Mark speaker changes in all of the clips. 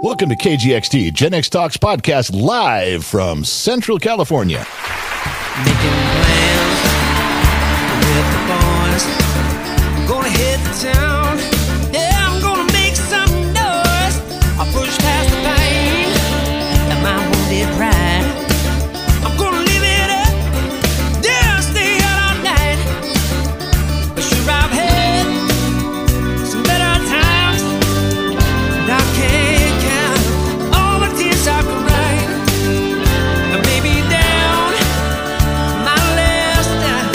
Speaker 1: Welcome to KGXT, Gen X Talks podcast, live from Central California.
Speaker 2: Making plans with the boys. I'm gonna hit the town. Yeah, I'm gonna make some noise. I'll push past the pain and my wounded pride. I'm gonna live it up. Yeah, stay out all night. But sure, I've had some better times. And I can't count all the tears I've cried. And maybe down. My last time,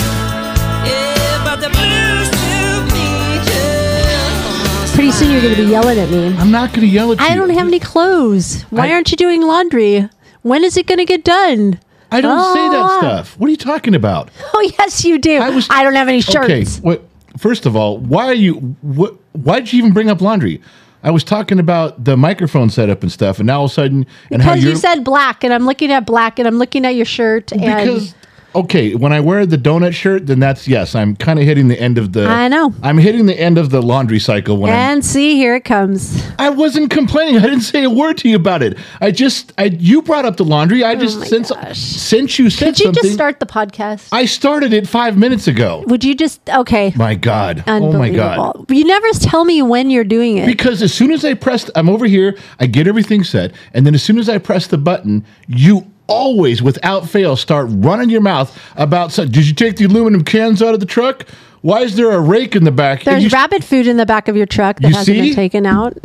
Speaker 2: yeah, but the blues to me just
Speaker 3: Pretty soon you're going to be yelling at me.
Speaker 4: I'm not going to yell at you.
Speaker 3: I don't have any clothes. Why
Speaker 4: I-
Speaker 3: aren't you doing laundry? When is it going to get done?
Speaker 4: I don't say
Speaker 3: Ah.
Speaker 4: that stuff. What are you talking about?
Speaker 3: Oh yes, you do. I,
Speaker 4: I was.
Speaker 3: don't have any shirts.
Speaker 4: Okay. What? First of all, why are you? What? Why'd you even bring up laundry? I was talking about the microphone setup and stuff, and now all of a sudden, and how
Speaker 3: Because
Speaker 4: you're
Speaker 3: you said black, and I'm looking at black, and I'm looking at your shirt, and
Speaker 4: because. Okay, when I wear the donut shirt, then that's yes. I'm kind of hitting the end of the.
Speaker 3: I know.
Speaker 4: I'm hitting the end of the laundry cycle when I'm-
Speaker 3: and see, here it comes.
Speaker 4: I wasn't complaining. I didn't say a word to you about it. I just I you brought up the laundry. I just
Speaker 3: Oh my
Speaker 4: since
Speaker 3: gosh.
Speaker 4: since you said
Speaker 3: Could you
Speaker 4: something,
Speaker 3: just start the podcast?
Speaker 4: I started it five minutes ago.
Speaker 3: Would you just okay?
Speaker 4: My God. Oh
Speaker 3: Unbelievable.
Speaker 4: my God.
Speaker 3: You never tell me when you're doing it.
Speaker 4: Because as soon as I press, I'm over here, I get everything set. And then as soon as I press the button, you always, without fail, start running your mouth about, so- did you take the aluminum cans out of the truck? Why is there a rake in the back? And
Speaker 3: There's
Speaker 4: you,
Speaker 3: rabbit food in the back of your truck that
Speaker 4: You
Speaker 3: hasn't
Speaker 4: see?
Speaker 3: been taken out.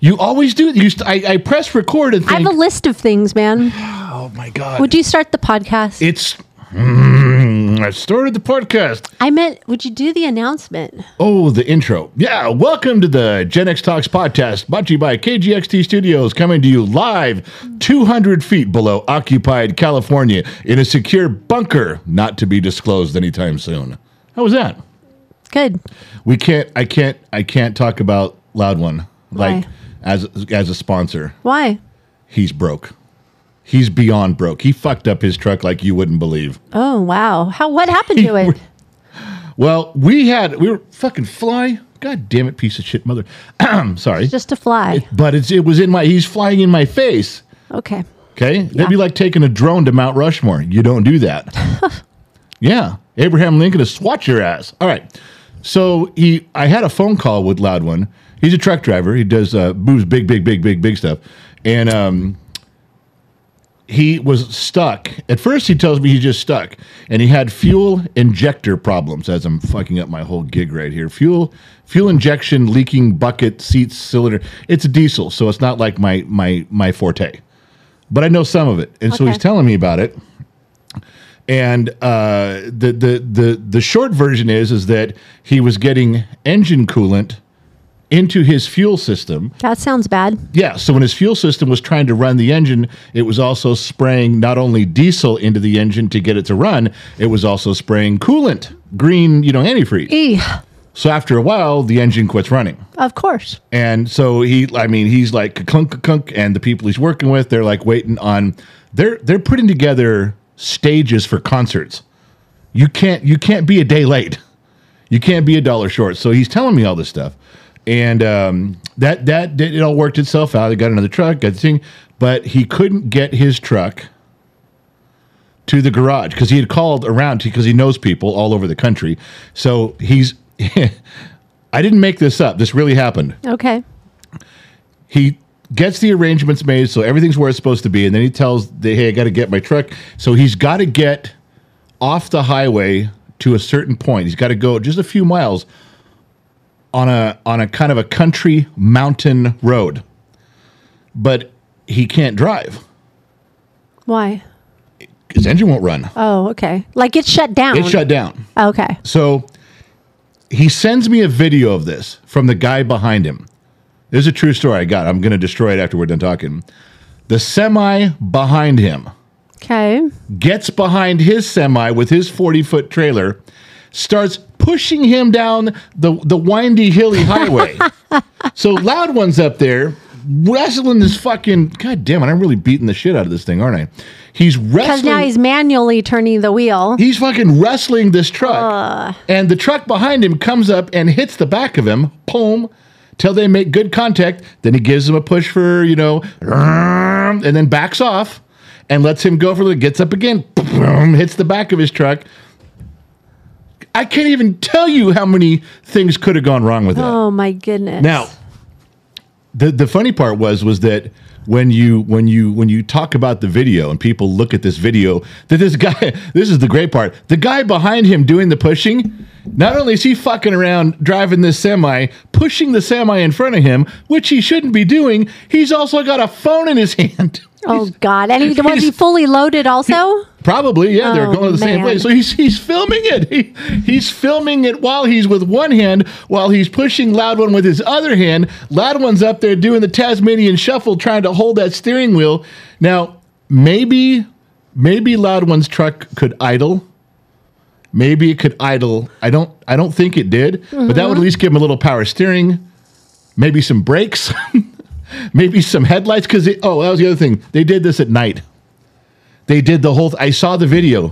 Speaker 4: you always do. You st- I, I press record and
Speaker 3: I
Speaker 4: think,
Speaker 3: have a list of things, man.
Speaker 4: oh my God.
Speaker 3: Would you start the podcast?
Speaker 4: it's, Mm, I started the podcast.
Speaker 3: I meant, would you do the announcement?
Speaker 4: Oh, the intro. Yeah, welcome to the Gen X Talks podcast, brought to you by KGXT Studios, coming to you live 200 feet below occupied California in a secure bunker not to be disclosed anytime soon. How was that?
Speaker 3: Good.
Speaker 4: We can't, I can't, I can't talk about Loud One like
Speaker 3: Why?
Speaker 4: as as a sponsor.
Speaker 3: Why?
Speaker 4: He's broke. He's beyond broke. He fucked up his truck like you wouldn't believe.
Speaker 3: Oh wow! How what happened to it?
Speaker 4: Well, we had we were fucking fly. God damn it, piece of shit, mother. Sorry.
Speaker 3: Just a fly.
Speaker 4: But it's, it was in my, he's flying in my face.
Speaker 3: Okay.
Speaker 4: Okay. That'd be like taking a drone to Mount Rushmore. You don't do that. yeah. Abraham Lincoln to swat your ass. All right. So he, I had a phone call with Loud One. He's a truck driver. He does, uh, moves big, big, big, big, big stuff. And, um, he was stuck. At first, he tells me he's just stuck, and he had fuel injector problems. As I'm fucking up my whole gig right here, fuel fuel injection leaking bucket seats cylinder. It's a diesel, so it's not like my my my forte, but I know some of it, and so
Speaker 3: Okay.
Speaker 4: he's telling me about it. And uh, the the the the short version is is that he was getting engine coolant into his fuel system
Speaker 3: That sounds bad.
Speaker 4: yeah, so when his fuel system was trying to run the engine, it was also spraying not only diesel into the engine to get it to run, it was also spraying coolant, green, you know, antifreeze.
Speaker 3: E.
Speaker 4: So after a while, the engine quits running.
Speaker 3: Of course.
Speaker 4: And so he, I mean, he's like clunk clunk, and the people he's working with, they're like waiting on, they're they're putting together stages for concerts. You can't you can't be a day late, you can't be a dollar short. So he's telling me all this stuff, and um, that that did, it all worked itself out. They got another truck, got the thing, but he couldn't get his truck to the garage because he had called around because he knows people all over the country. So he's. I didn't make this up. This really happened
Speaker 3: Okay.
Speaker 4: he gets the arrangements made so everything's where it's supposed to be and then he tells the hey i got to get my truck so he's got to get off the highway to a certain point he's got to go just a few miles on a on a kind of a country mountain road but he can't drive
Speaker 3: Why?
Speaker 4: his engine won't run
Speaker 3: Oh, okay. Like it's shut down.
Speaker 4: it shut down
Speaker 3: Okay.
Speaker 4: so he sends me a video of this from the guy behind him This is a true story I got. I'm going to destroy it after we're done talking. The semi behind him
Speaker 3: Okay.
Speaker 4: gets behind his semi with his 40 foot trailer, starts pushing him down the, the windy, hilly highway. so Loud One's up there wrestling this fucking. God damn it, I'm really beating the shit out of this thing, aren't I? He's
Speaker 3: Because
Speaker 4: wrestling.
Speaker 3: now he's manually turning the wheel.
Speaker 4: He's fucking wrestling this truck. And the truck behind him comes up and hits the back of him, boom, till they make good contact. Then he gives him a push for, you know, and then backs off and lets him go for the gets up again, boom, hits the back of his truck. I can't even tell you how many things could have gone wrong with that.
Speaker 3: Oh my goodness.
Speaker 4: Now, the the funny part was was that when you when you when you talk about the video and people look at this video, that this guy this is the great part. The guy behind him doing the pushing, not only is he fucking around driving this semi, pushing the semi in front of him, which he shouldn't be doing, he's also got a phone in his hand.
Speaker 3: Oh God! And he, was
Speaker 4: he's-
Speaker 3: he fully loaded? Also,
Speaker 4: Probably, yeah. they're
Speaker 3: Oh,
Speaker 4: going to the same
Speaker 3: man.
Speaker 4: place. So he's he's filming it. He, he's filming it while he's with one hand, while he's pushing Loud One with his other hand. Loud One's up there doing the Tasmanian shuffle, trying to hold that steering wheel. Now, maybe, maybe Loud One's truck could idle. Maybe it could idle. I don't. I don't think it did. But that would
Speaker 3: Mm-hmm.
Speaker 4: at least give him a little power steering. Maybe some brakes. maybe some headlights. Because oh, that was the other thing. They did this at night. They did the whole. I saw the video.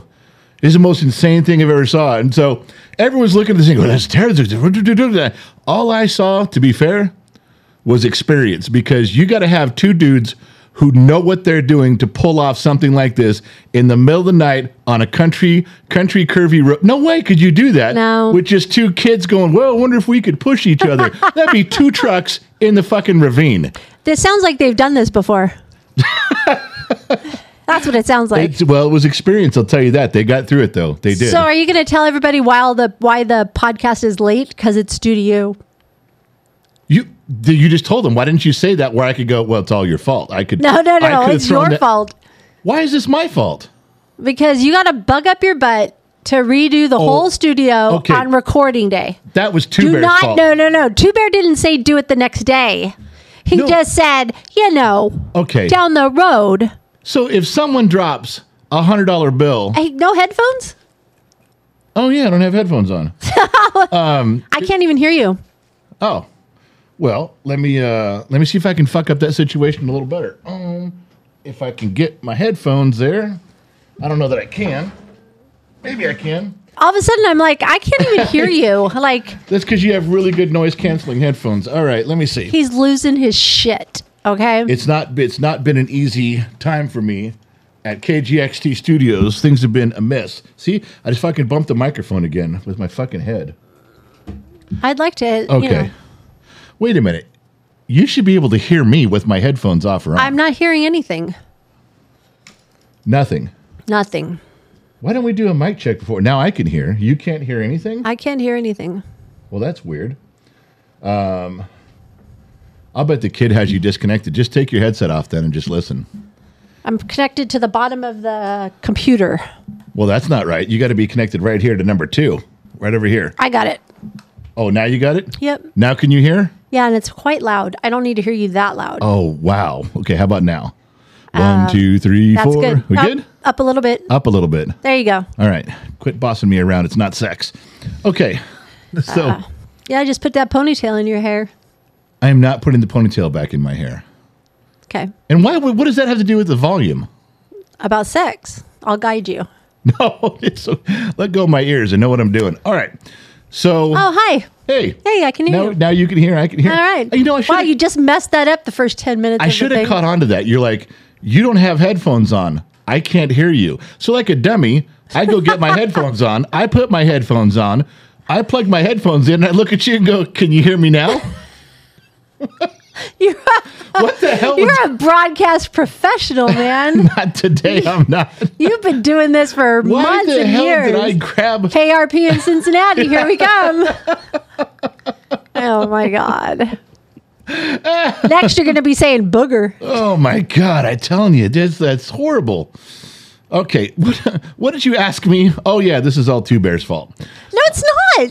Speaker 4: This is the most insane thing I've ever saw. And so everyone's looking at this thing. Going, That's terrible. All I saw, to be fair, was experience because you got to have two dudes who know what they're doing to pull off something like this in the middle of the night on a country country curvy road. No way could you do that.
Speaker 3: No.
Speaker 4: With just two kids going, well, I wonder if we could push each other. That'd be two trucks in the fucking ravine.
Speaker 3: this sounds like they've done this before. That's what it sounds like.
Speaker 4: It's, well, it was experience. I'll tell you that. They got through it though. They did.
Speaker 3: So, are you going to tell everybody why the why the podcast is late? Because it's due to you.
Speaker 4: You th- you just told them. Why didn't you say that? Where I could go. Well, it's all your fault. I could.
Speaker 3: No, no, no,
Speaker 4: I
Speaker 3: no.
Speaker 4: could've
Speaker 3: It's
Speaker 4: thrown
Speaker 3: your
Speaker 4: that-
Speaker 3: fault
Speaker 4: Why is this my fault?
Speaker 3: because you got to bug up your butt to redo the whole studio
Speaker 4: Oh, okay.
Speaker 3: on recording day.
Speaker 4: That was Two
Speaker 3: Do
Speaker 4: Bear's
Speaker 3: not.
Speaker 4: fault.
Speaker 3: No, no, no. Two Bear didn't say do it the next day. He
Speaker 4: No.
Speaker 3: just said, you know,
Speaker 4: Okay.
Speaker 3: down the road.
Speaker 4: So if someone drops a hundred dollar bill,
Speaker 3: Hey, no headphones?
Speaker 4: oh yeah, I don't have headphones on.
Speaker 3: I can't even hear you.
Speaker 4: Oh, well, let me uh, let me see if I can fuck up that situation a little better. Um, if I can get my headphones there, I don't know that I can. Maybe I can.
Speaker 3: All of a sudden, I'm like, I can't even hear you. Like,
Speaker 4: That's because you have really good noise canceling headphones. All right, let me see.
Speaker 3: he's losing his shit. Okay.
Speaker 4: it's not it's not been an easy time for me at KGXT Studios. Things have been amiss. See, I just fucking bumped the microphone again with my fucking head.
Speaker 3: I'd like to.
Speaker 4: Okay.
Speaker 3: You know,
Speaker 4: Wait a minute. You should be able to hear me with my headphones off or on.
Speaker 3: I'm not hearing anything.
Speaker 4: Nothing.
Speaker 3: Nothing.
Speaker 4: Why don't we do a mic check before? Now I can hear. You can't hear anything?
Speaker 3: I can't hear anything.
Speaker 4: Well, that's weird. Um, I'll bet the kid has you disconnected. Just take your headset off then and just listen.
Speaker 3: I'm connected to the bottom of the computer.
Speaker 4: Well, that's not right. You got to be connected right here to number two, right over here.
Speaker 3: I got it.
Speaker 4: Oh, now you got it?
Speaker 3: Yep.
Speaker 4: Now can you hear?
Speaker 3: Yeah, and it's quite loud. I don't need to hear you that loud.
Speaker 4: Oh wow. Okay, how about now? One, two, three,
Speaker 3: Uh, That's
Speaker 4: four.
Speaker 3: good.
Speaker 4: We
Speaker 3: up,
Speaker 4: good? Uh,
Speaker 3: Up a little bit.
Speaker 4: Up a little bit.
Speaker 3: There you go.
Speaker 4: All right. Quit bossing me around. It's not sex. Okay. So
Speaker 3: Uh. Yeah, just put that ponytail in your hair.
Speaker 4: I am not putting the ponytail back in my hair.
Speaker 3: Okay.
Speaker 4: And why would- what does that have to do with the volume?
Speaker 3: About sex. I'll guide you.
Speaker 4: No, it's let go of my ears and know what I'm doing. All right. So
Speaker 3: Oh, hi.
Speaker 4: hey.
Speaker 3: Hey, I can hear
Speaker 4: now,
Speaker 3: you.
Speaker 4: now you can hear, I can hear.
Speaker 3: All right.
Speaker 4: You know, I
Speaker 3: wow, you
Speaker 4: should
Speaker 3: just messed that up the first 10 minutes.
Speaker 4: I
Speaker 3: of the
Speaker 4: should have
Speaker 3: thing.
Speaker 4: caught on to that. You're like, you don't have headphones on. I can't hear you. So, like a dummy, I go get my headphones on. I put my headphones on. I plug my headphones in. And I look at you and go, can you hear me now?
Speaker 3: You're a,
Speaker 4: What the hell?
Speaker 3: you're a broadcast professional, man.
Speaker 4: not today. I'm not.
Speaker 3: You've been doing this for
Speaker 4: Why
Speaker 3: months
Speaker 4: the
Speaker 3: and
Speaker 4: hell
Speaker 3: years.
Speaker 4: did I grab?
Speaker 3: KRP in Cincinnati. Here we come. oh my God. Next, you're going to be saying booger.
Speaker 4: Oh my god! I'm telling you, that's that's horrible. Okay, what, what did you ask me? Oh yeah, this is all Two Bear's fault.
Speaker 3: No, it's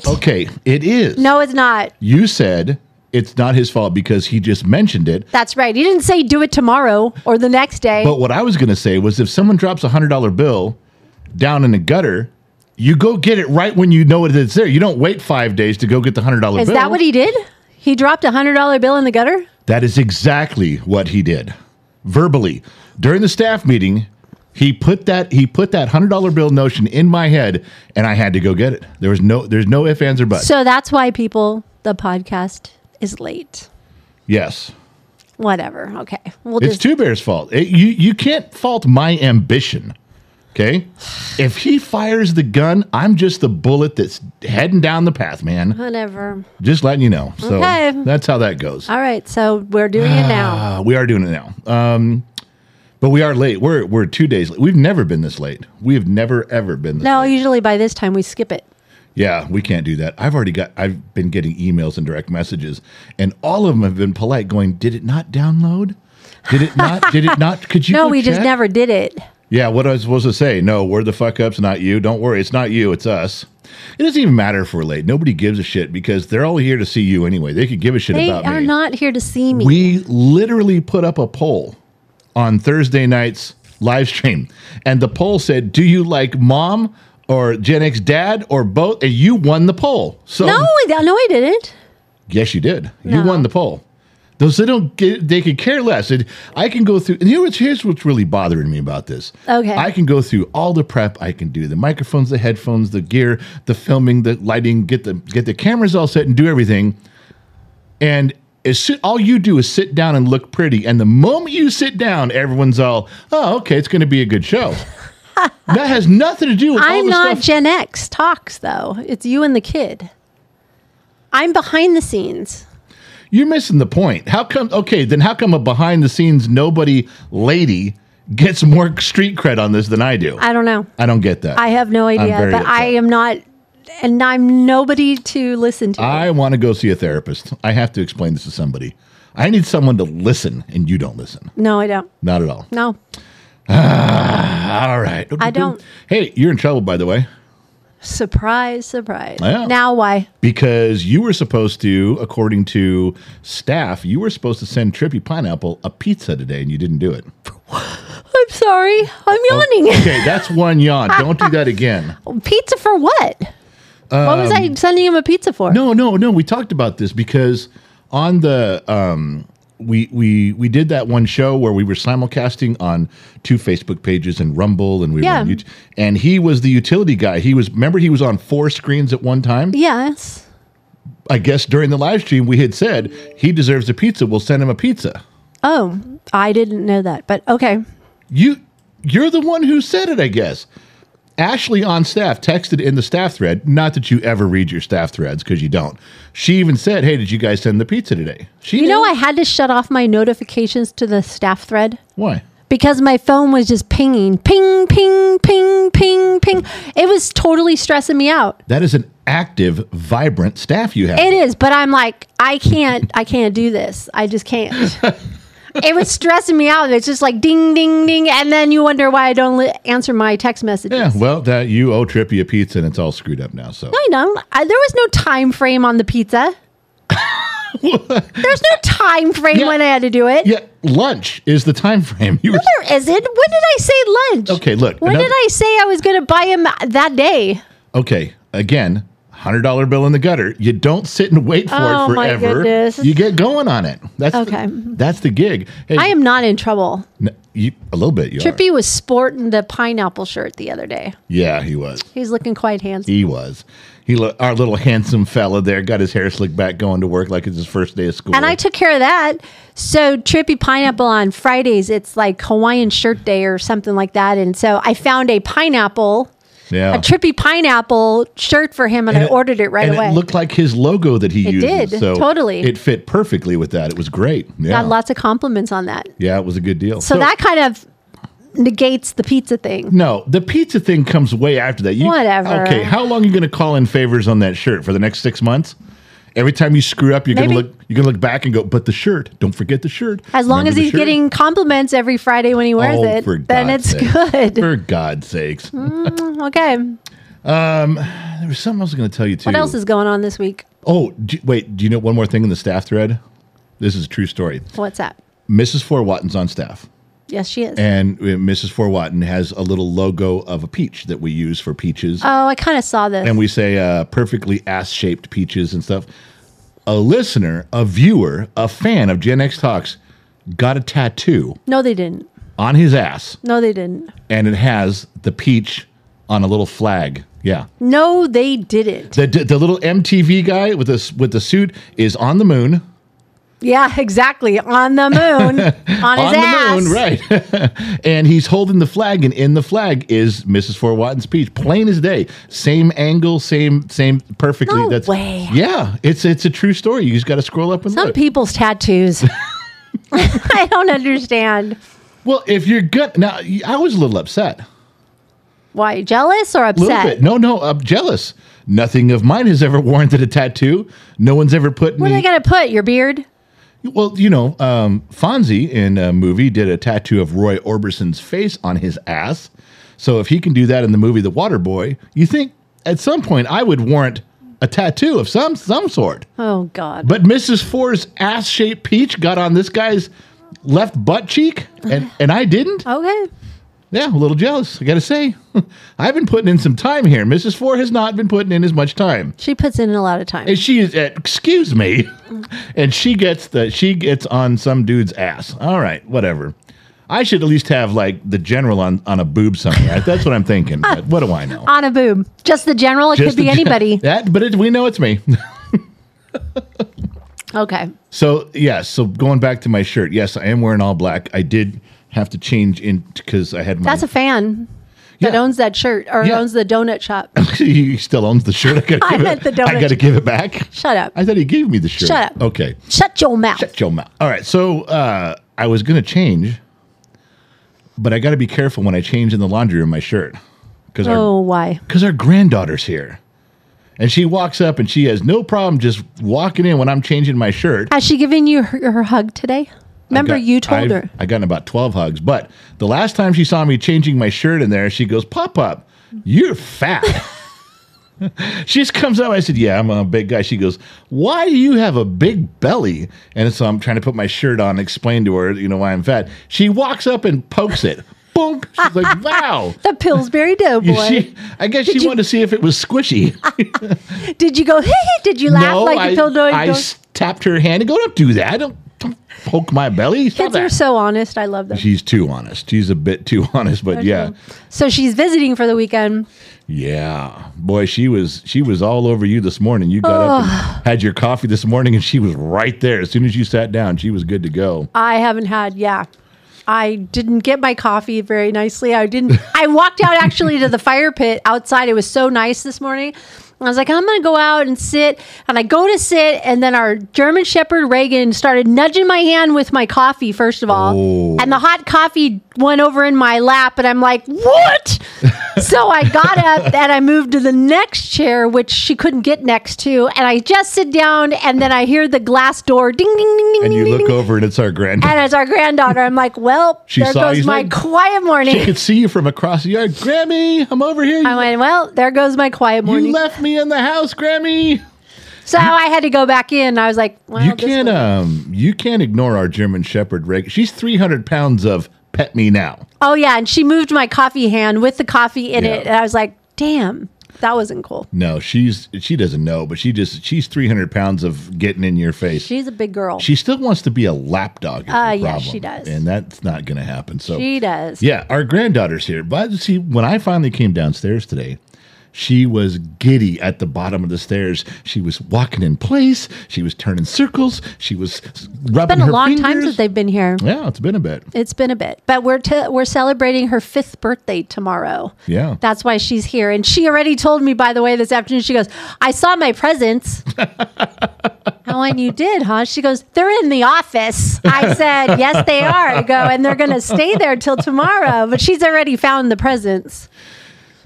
Speaker 3: not.
Speaker 4: Okay, it is.
Speaker 3: No, it's not.
Speaker 4: you said it's not his fault because he just mentioned it.
Speaker 3: That's right. He didn't say do it tomorrow or the next day.
Speaker 4: But what I was going to say was if someone drops a $100 bill down in the gutter, you go get it right when you know it is there. You don't wait five days to go get the $100 bill.
Speaker 3: Is that what he did? He dropped a hundred dollar bill in the gutter.
Speaker 4: That is exactly what he did. Verbally. During the staff meeting, he put that he put that hundred dollar bill notion in my head and I had to go get it. There was no there's no ifs, ands, or buts.
Speaker 3: So that's why people the podcast is late.
Speaker 4: yes.
Speaker 3: Whatever. Okay. We'll
Speaker 4: It's
Speaker 3: just
Speaker 4: Two Bear's fault. It- you you can't fault my ambition. Okay? If he fires the gun, I'm just the bullet that's heading down the path, man.
Speaker 3: whatever.
Speaker 4: Just letting you know. So
Speaker 3: Okay.
Speaker 4: that's how that goes.
Speaker 3: All right. So we're doing it now.
Speaker 4: Uh, we are doing it now. Um, but we are late. We're we're two days late. We've never been this late. We have never ever been this
Speaker 3: No,
Speaker 4: late.
Speaker 3: usually by this time we skip it.
Speaker 4: Yeah, we can't do that. I've already got I've been getting emails and direct messages and all of them have been polite going, "Did it not download? Did it not? Did it not? Could you
Speaker 3: No,
Speaker 4: go
Speaker 3: we just
Speaker 4: check?"
Speaker 3: never did it.
Speaker 4: Yeah, what I was supposed to say. No, we're the fuck ups, not you. Don't worry, it's not you, it's us. It doesn't even matter if we're late. Nobody gives a shit because they're all here to see you anyway. They could give a shit
Speaker 3: They
Speaker 4: about
Speaker 3: are
Speaker 4: me.
Speaker 3: not here to see me.
Speaker 4: we literally put up a poll on Thursday night's live stream, and the poll said, "Do you like mom or Gen X dad or both?" And you won the poll. So
Speaker 3: no, I- no, I didn't.
Speaker 4: Yes, you did. You
Speaker 3: No.
Speaker 4: won the poll. Those they don't get, they could care less. And I can go through. And here's, here's what's really bothering me about this.
Speaker 3: Okay.
Speaker 4: I can go through all the prep I can do: the microphones, the headphones, the gear, the filming, the lighting. Get the get the cameras all set and do everything. And as soon, all you do is sit down and look pretty. And the moment you sit down, everyone's all, "Oh, okay, it's going to be a good show." that has nothing to do with all
Speaker 3: I'm
Speaker 4: the
Speaker 3: not
Speaker 4: stuff.
Speaker 3: Gen X talks though. It's you and the kid. I'm behind the scenes.
Speaker 4: You're missing the point. How come? Okay, then how come a behind the scenes nobody lady gets more street cred on this than I do? I,
Speaker 3: I don't know.
Speaker 4: don't get that.
Speaker 3: I have no
Speaker 4: I'm
Speaker 3: idea,
Speaker 4: very
Speaker 3: but I
Speaker 4: upset.
Speaker 3: am not, and I'm nobody to listen to.
Speaker 4: I want to go see a therapist. I have to explain this to somebody. I need someone to listen, and you don't listen.
Speaker 3: no, I don't.
Speaker 4: Not at all.
Speaker 3: No,
Speaker 4: All right.
Speaker 3: I don't.
Speaker 4: Hey, you're in trouble, by the way,
Speaker 3: surprise, surprise.
Speaker 4: Yeah.
Speaker 3: Now why?
Speaker 4: because you were supposed to, according to staff, you were supposed to send Trippy Pineapple a pizza today, and you didn't do it.
Speaker 3: I'm sorry. I'm
Speaker 4: Oh.
Speaker 3: yawning.
Speaker 4: Okay, that's one yawn. Don't do that again.
Speaker 3: pizza for what? what was I sending him a pizza for?
Speaker 4: Um, No, no, no. We talked about this because on the um, we we we did that one show where we were simulcasting on two Facebook pages and Rumble, and we were on
Speaker 3: Yeah.
Speaker 4: YouTube, and he was the utility guy. He was remember he was on four screens at one time.
Speaker 3: Yes.
Speaker 4: I guess during the live stream we had said he deserves a pizza. We'll send him a pizza.
Speaker 3: Oh, I didn't know that, but okay.
Speaker 4: You you're the one who said it. I guess. Ashley on staff texted in the staff thread, not that you ever read your staff threads because you don't. She even said, Hey, did you guys send the pizza today? She
Speaker 3: You know,
Speaker 4: knew.
Speaker 3: I had to shut off my notifications to the staff thread
Speaker 4: Why?
Speaker 3: because my phone was just pinging, ping, ping, ping, ping, ping. It was totally stressing me out.
Speaker 4: That is an active, vibrant staff you have.
Speaker 3: It is, but I'm like, I can't, I can't do this. I just can't. it was stressing me out. It's just like ding, ding, ding, and then you wonder why I don't li- answer my text messages.
Speaker 4: Yeah, well, that you owe Trippy a pizza and it's all screwed up now. So
Speaker 3: I know. I, there was no time frame on the pizza. There's no time frame
Speaker 4: Yeah.
Speaker 3: when I had to do it.
Speaker 4: yeah, lunch is the time frame. You were
Speaker 3: There isn't. When did I say lunch?
Speaker 4: Okay, look,
Speaker 3: When
Speaker 4: another-
Speaker 3: did I say I was going to buy him that day?
Speaker 4: okay again. Hundred dollar bill in the gutter. You don't sit and wait for
Speaker 3: Oh,
Speaker 4: it
Speaker 3: my
Speaker 4: forever.
Speaker 3: goodness.
Speaker 4: You get going on it. That's
Speaker 3: Okay.
Speaker 4: The, that's the gig. Hey,
Speaker 3: I am not in trouble.
Speaker 4: n- you, a little bit. You Trippy.
Speaker 3: Trippy was sporting the pineapple shirt the other day.
Speaker 4: Yeah, he was.
Speaker 3: He's looking quite handsome.
Speaker 4: He was. He lo- our little handsome fella there got his hair slicked back, going to work like it's his first day of school.
Speaker 3: And I took care of that. So Trippy Pineapple on Fridays, it's like Hawaiian Shirt Day or something like that. And so I found a pineapple,
Speaker 4: yeah.
Speaker 3: a Trippy Pineapple shirt for him, and, I ordered it right
Speaker 4: and
Speaker 3: away.
Speaker 4: It looked like his logo that he
Speaker 3: It
Speaker 4: used.
Speaker 3: did, totally.
Speaker 4: It fit perfectly with that. It was great. Yeah,
Speaker 3: Got lots of compliments on that.
Speaker 4: yeah, it was a good deal.
Speaker 3: So, that kind of negates the pizza thing.
Speaker 4: no, the pizza thing comes way after that. You,
Speaker 3: Whatever.
Speaker 4: Okay, how long are you going to call in favors on that shirt for the next six months? Every time you screw up, you're going to
Speaker 3: Maybe.
Speaker 4: look. You're going to look back and go, but the shirt. Don't forget the shirt.
Speaker 3: As long
Speaker 4: Remember
Speaker 3: as
Speaker 4: the
Speaker 3: he's
Speaker 4: shirt?"
Speaker 3: getting compliments every Friday when he wears
Speaker 4: Oh, for
Speaker 3: it, then
Speaker 4: God's
Speaker 3: it's
Speaker 4: sakes.
Speaker 3: good.
Speaker 4: For God's sakes,
Speaker 3: okay.
Speaker 4: there was something I was going to tell you too.
Speaker 3: What else is going on this week?
Speaker 4: Oh, do, wait. Do you know one more thing in the staff thread? This is a true story.
Speaker 3: What's up?
Speaker 4: Mrs. Forwatton's on staff,
Speaker 3: Yes, she is.
Speaker 4: and uh, Mrs. Forwatton has a little logo of a peach that we use for peaches,
Speaker 3: oh, I kind of saw this.
Speaker 4: and we say uh, perfectly ass-shaped peaches and stuff. A listener, a viewer, a fan of Gen X Talks got a tattoo
Speaker 3: no, they didn't.
Speaker 4: on his ass,
Speaker 3: No, they didn't.
Speaker 4: and it has the peach on a little flag. Yeah.
Speaker 3: No, they didn't.
Speaker 4: The, the little MTV guy with this with the suit is on the moon.
Speaker 3: Yeah, exactly. On the moon. on his ass.
Speaker 4: the moon, right? and he's holding the flag, and in the flag is Mrs. Forwatton's peach, plain as day, same angle, same same perfectly.
Speaker 3: No way.
Speaker 4: Yeah, it's it's a true story. You just got to scroll up and
Speaker 3: Some
Speaker 4: look.
Speaker 3: people's tattoos. I don't understand.
Speaker 4: well, if you're good now, y- I was a little upset.
Speaker 3: Why? Jealous or
Speaker 4: A little
Speaker 3: upset?
Speaker 4: bit. No, no, I'm jealous. Nothing of mine has ever warranted a tattoo. No one's ever put
Speaker 3: What are
Speaker 4: any.
Speaker 3: they going to put? Your beard?
Speaker 4: Well, you know, um, Fonzie in a movie did a tattoo of Roy Orbison's face on his ass. So if he can do that in the movie The Water Boy, you think at some point I would warrant a tattoo of some some sort.
Speaker 3: Oh, God.
Speaker 4: But Mrs. Four's ass-shaped peach got on this guy's left butt cheek, and and I didn't.
Speaker 3: okay.
Speaker 4: Yeah, a little jealous. I gotta say, I've been putting in some time here. Mrs. Four has not been putting in as much time.
Speaker 3: She puts in a lot of time.
Speaker 4: And she is at, excuse me, and she gets the she gets on some dude's ass. All right, whatever. I should at least have like the general on on a boob somewhere. That's what I'm thinking. But what do I know?
Speaker 3: on a boob. Just the general. It
Speaker 4: Just
Speaker 3: could be
Speaker 4: the gen-
Speaker 3: anybody.
Speaker 4: That, but it, we know it's me.
Speaker 3: Okay.
Speaker 4: So yeah. So going back to my shirt, yes, I am wearing all black. I did have to change in because I had my.
Speaker 3: That's a fan that
Speaker 4: Yeah.
Speaker 3: owns that shirt or
Speaker 4: Yeah.
Speaker 3: owns the donut shop.
Speaker 4: he still owns the shirt. I gotta
Speaker 3: I
Speaker 4: give
Speaker 3: meant
Speaker 4: it.
Speaker 3: the donut.
Speaker 4: I gotta give it back.
Speaker 3: Shut up.
Speaker 4: I thought he gave me the shirt.
Speaker 3: Shut up.
Speaker 4: Okay.
Speaker 3: Shut your mouth.
Speaker 4: Shut your mouth. All right. So uh, I was going to change, but I got to be careful when I change in the laundry room my shirt because
Speaker 3: Oh, why?
Speaker 4: because our granddaughter's here. And she walks up and she has no problem just walking in when I'm changing my shirt.
Speaker 3: Has she given you her, her hug today? Remember,
Speaker 4: I got-
Speaker 3: you told
Speaker 4: I've-
Speaker 3: her.
Speaker 4: I gotten about 12 hugs, but the last time she saw me changing my shirt in there, she goes, Pop up, you're fat. she just comes up. I said, Yeah, I'm a big guy. She goes, Why do you have a big belly? And so I'm trying to put my shirt on and explain to her, you know, why I'm fat. She walks up and pokes it. Boom. She's like, Wow.
Speaker 3: The Pillsbury Doughboy.
Speaker 4: She, I guess she
Speaker 3: you-
Speaker 4: wanted to see if it was squishy.
Speaker 3: Did you go? Did you laugh like
Speaker 4: I,
Speaker 3: the Pillsbury
Speaker 4: I
Speaker 3: Doughboy?
Speaker 4: s- tapped her hand and go, Don't do that. Don't, don't poke my belly. Stop
Speaker 3: Kids are
Speaker 4: that."
Speaker 3: so honest. I love them.
Speaker 4: She's too honest. She's a bit too honest, but yeah,
Speaker 3: so she's visiting for the weekend.
Speaker 4: yeah, boy, she was she was all over you this morning. You got up and had your coffee this morning, and she was right there. As soon as you sat down, she was good to go.
Speaker 3: I haven't had. Yeah, I didn't get my coffee very nicely. I didn't. I walked out actually to the fire pit outside. It was so nice this morning. I was like, I'm gonna go out and sit. And I go to sit, and then our German Shepherd Reagan started nudging my hand with my coffee. First of all,
Speaker 4: Oh.
Speaker 3: and the hot coffee went over in my lap, and I'm like, what? so I got up and I moved to the next chair, which she couldn't get next to, and I just sit down, and then I hear the glass door ding ding ding ding.
Speaker 4: And you
Speaker 3: ding,
Speaker 4: look
Speaker 3: ding,
Speaker 4: over, and it's our granddaughter.
Speaker 3: and as our granddaughter, I'm like, well,
Speaker 4: She
Speaker 3: there
Speaker 4: saw
Speaker 3: goes
Speaker 4: he's
Speaker 3: my
Speaker 4: like-
Speaker 3: quiet
Speaker 4: She
Speaker 3: morning.
Speaker 4: could see you from across the yard. Grammy, I'm over here. You,
Speaker 3: I went, well, there goes my quiet
Speaker 4: you
Speaker 3: morning.
Speaker 4: left me in the house, Grammy.
Speaker 3: So I had to go back in. I was like, well,
Speaker 4: you
Speaker 3: this
Speaker 4: can't
Speaker 3: one-
Speaker 4: um you can't ignore our German Shepherd. Rick, she's three hundred pounds of pet me now.
Speaker 3: oh, yeah. And she moved my coffee hand with the coffee in
Speaker 4: Yeah.
Speaker 3: it. And I was like, damn, that wasn't cool.
Speaker 4: No, she's she doesn't know, but she just she's three hundred pounds of getting in your face.
Speaker 3: She's a big girl. She,
Speaker 4: She still wants to be a lapdog. is
Speaker 3: Uh,
Speaker 4: the
Speaker 3: yeah,
Speaker 4: problem,
Speaker 3: she does.
Speaker 4: and that's not going to happen. So
Speaker 3: does.
Speaker 4: yeah, our granddaughter's here. But see, when I finally came downstairs today, she was giddy at the bottom of the stairs. She was walking in place. She was turning circles. She was rubbing
Speaker 3: It's been a
Speaker 4: her
Speaker 3: long
Speaker 4: fingers.
Speaker 3: time since they've been here.
Speaker 4: yeah, it's been a bit.
Speaker 3: It's been a bit, but we're t- we're celebrating her fifth birthday tomorrow.
Speaker 4: Yeah.
Speaker 3: that's why she's here, and she already told me. By the way, this afternoon she goes, "I saw my presents." I went, "You did, huh?" She goes, "They're in the office." I said, "Yes, they are." I go, and they're going to stay there till tomorrow. But she's already found the presents.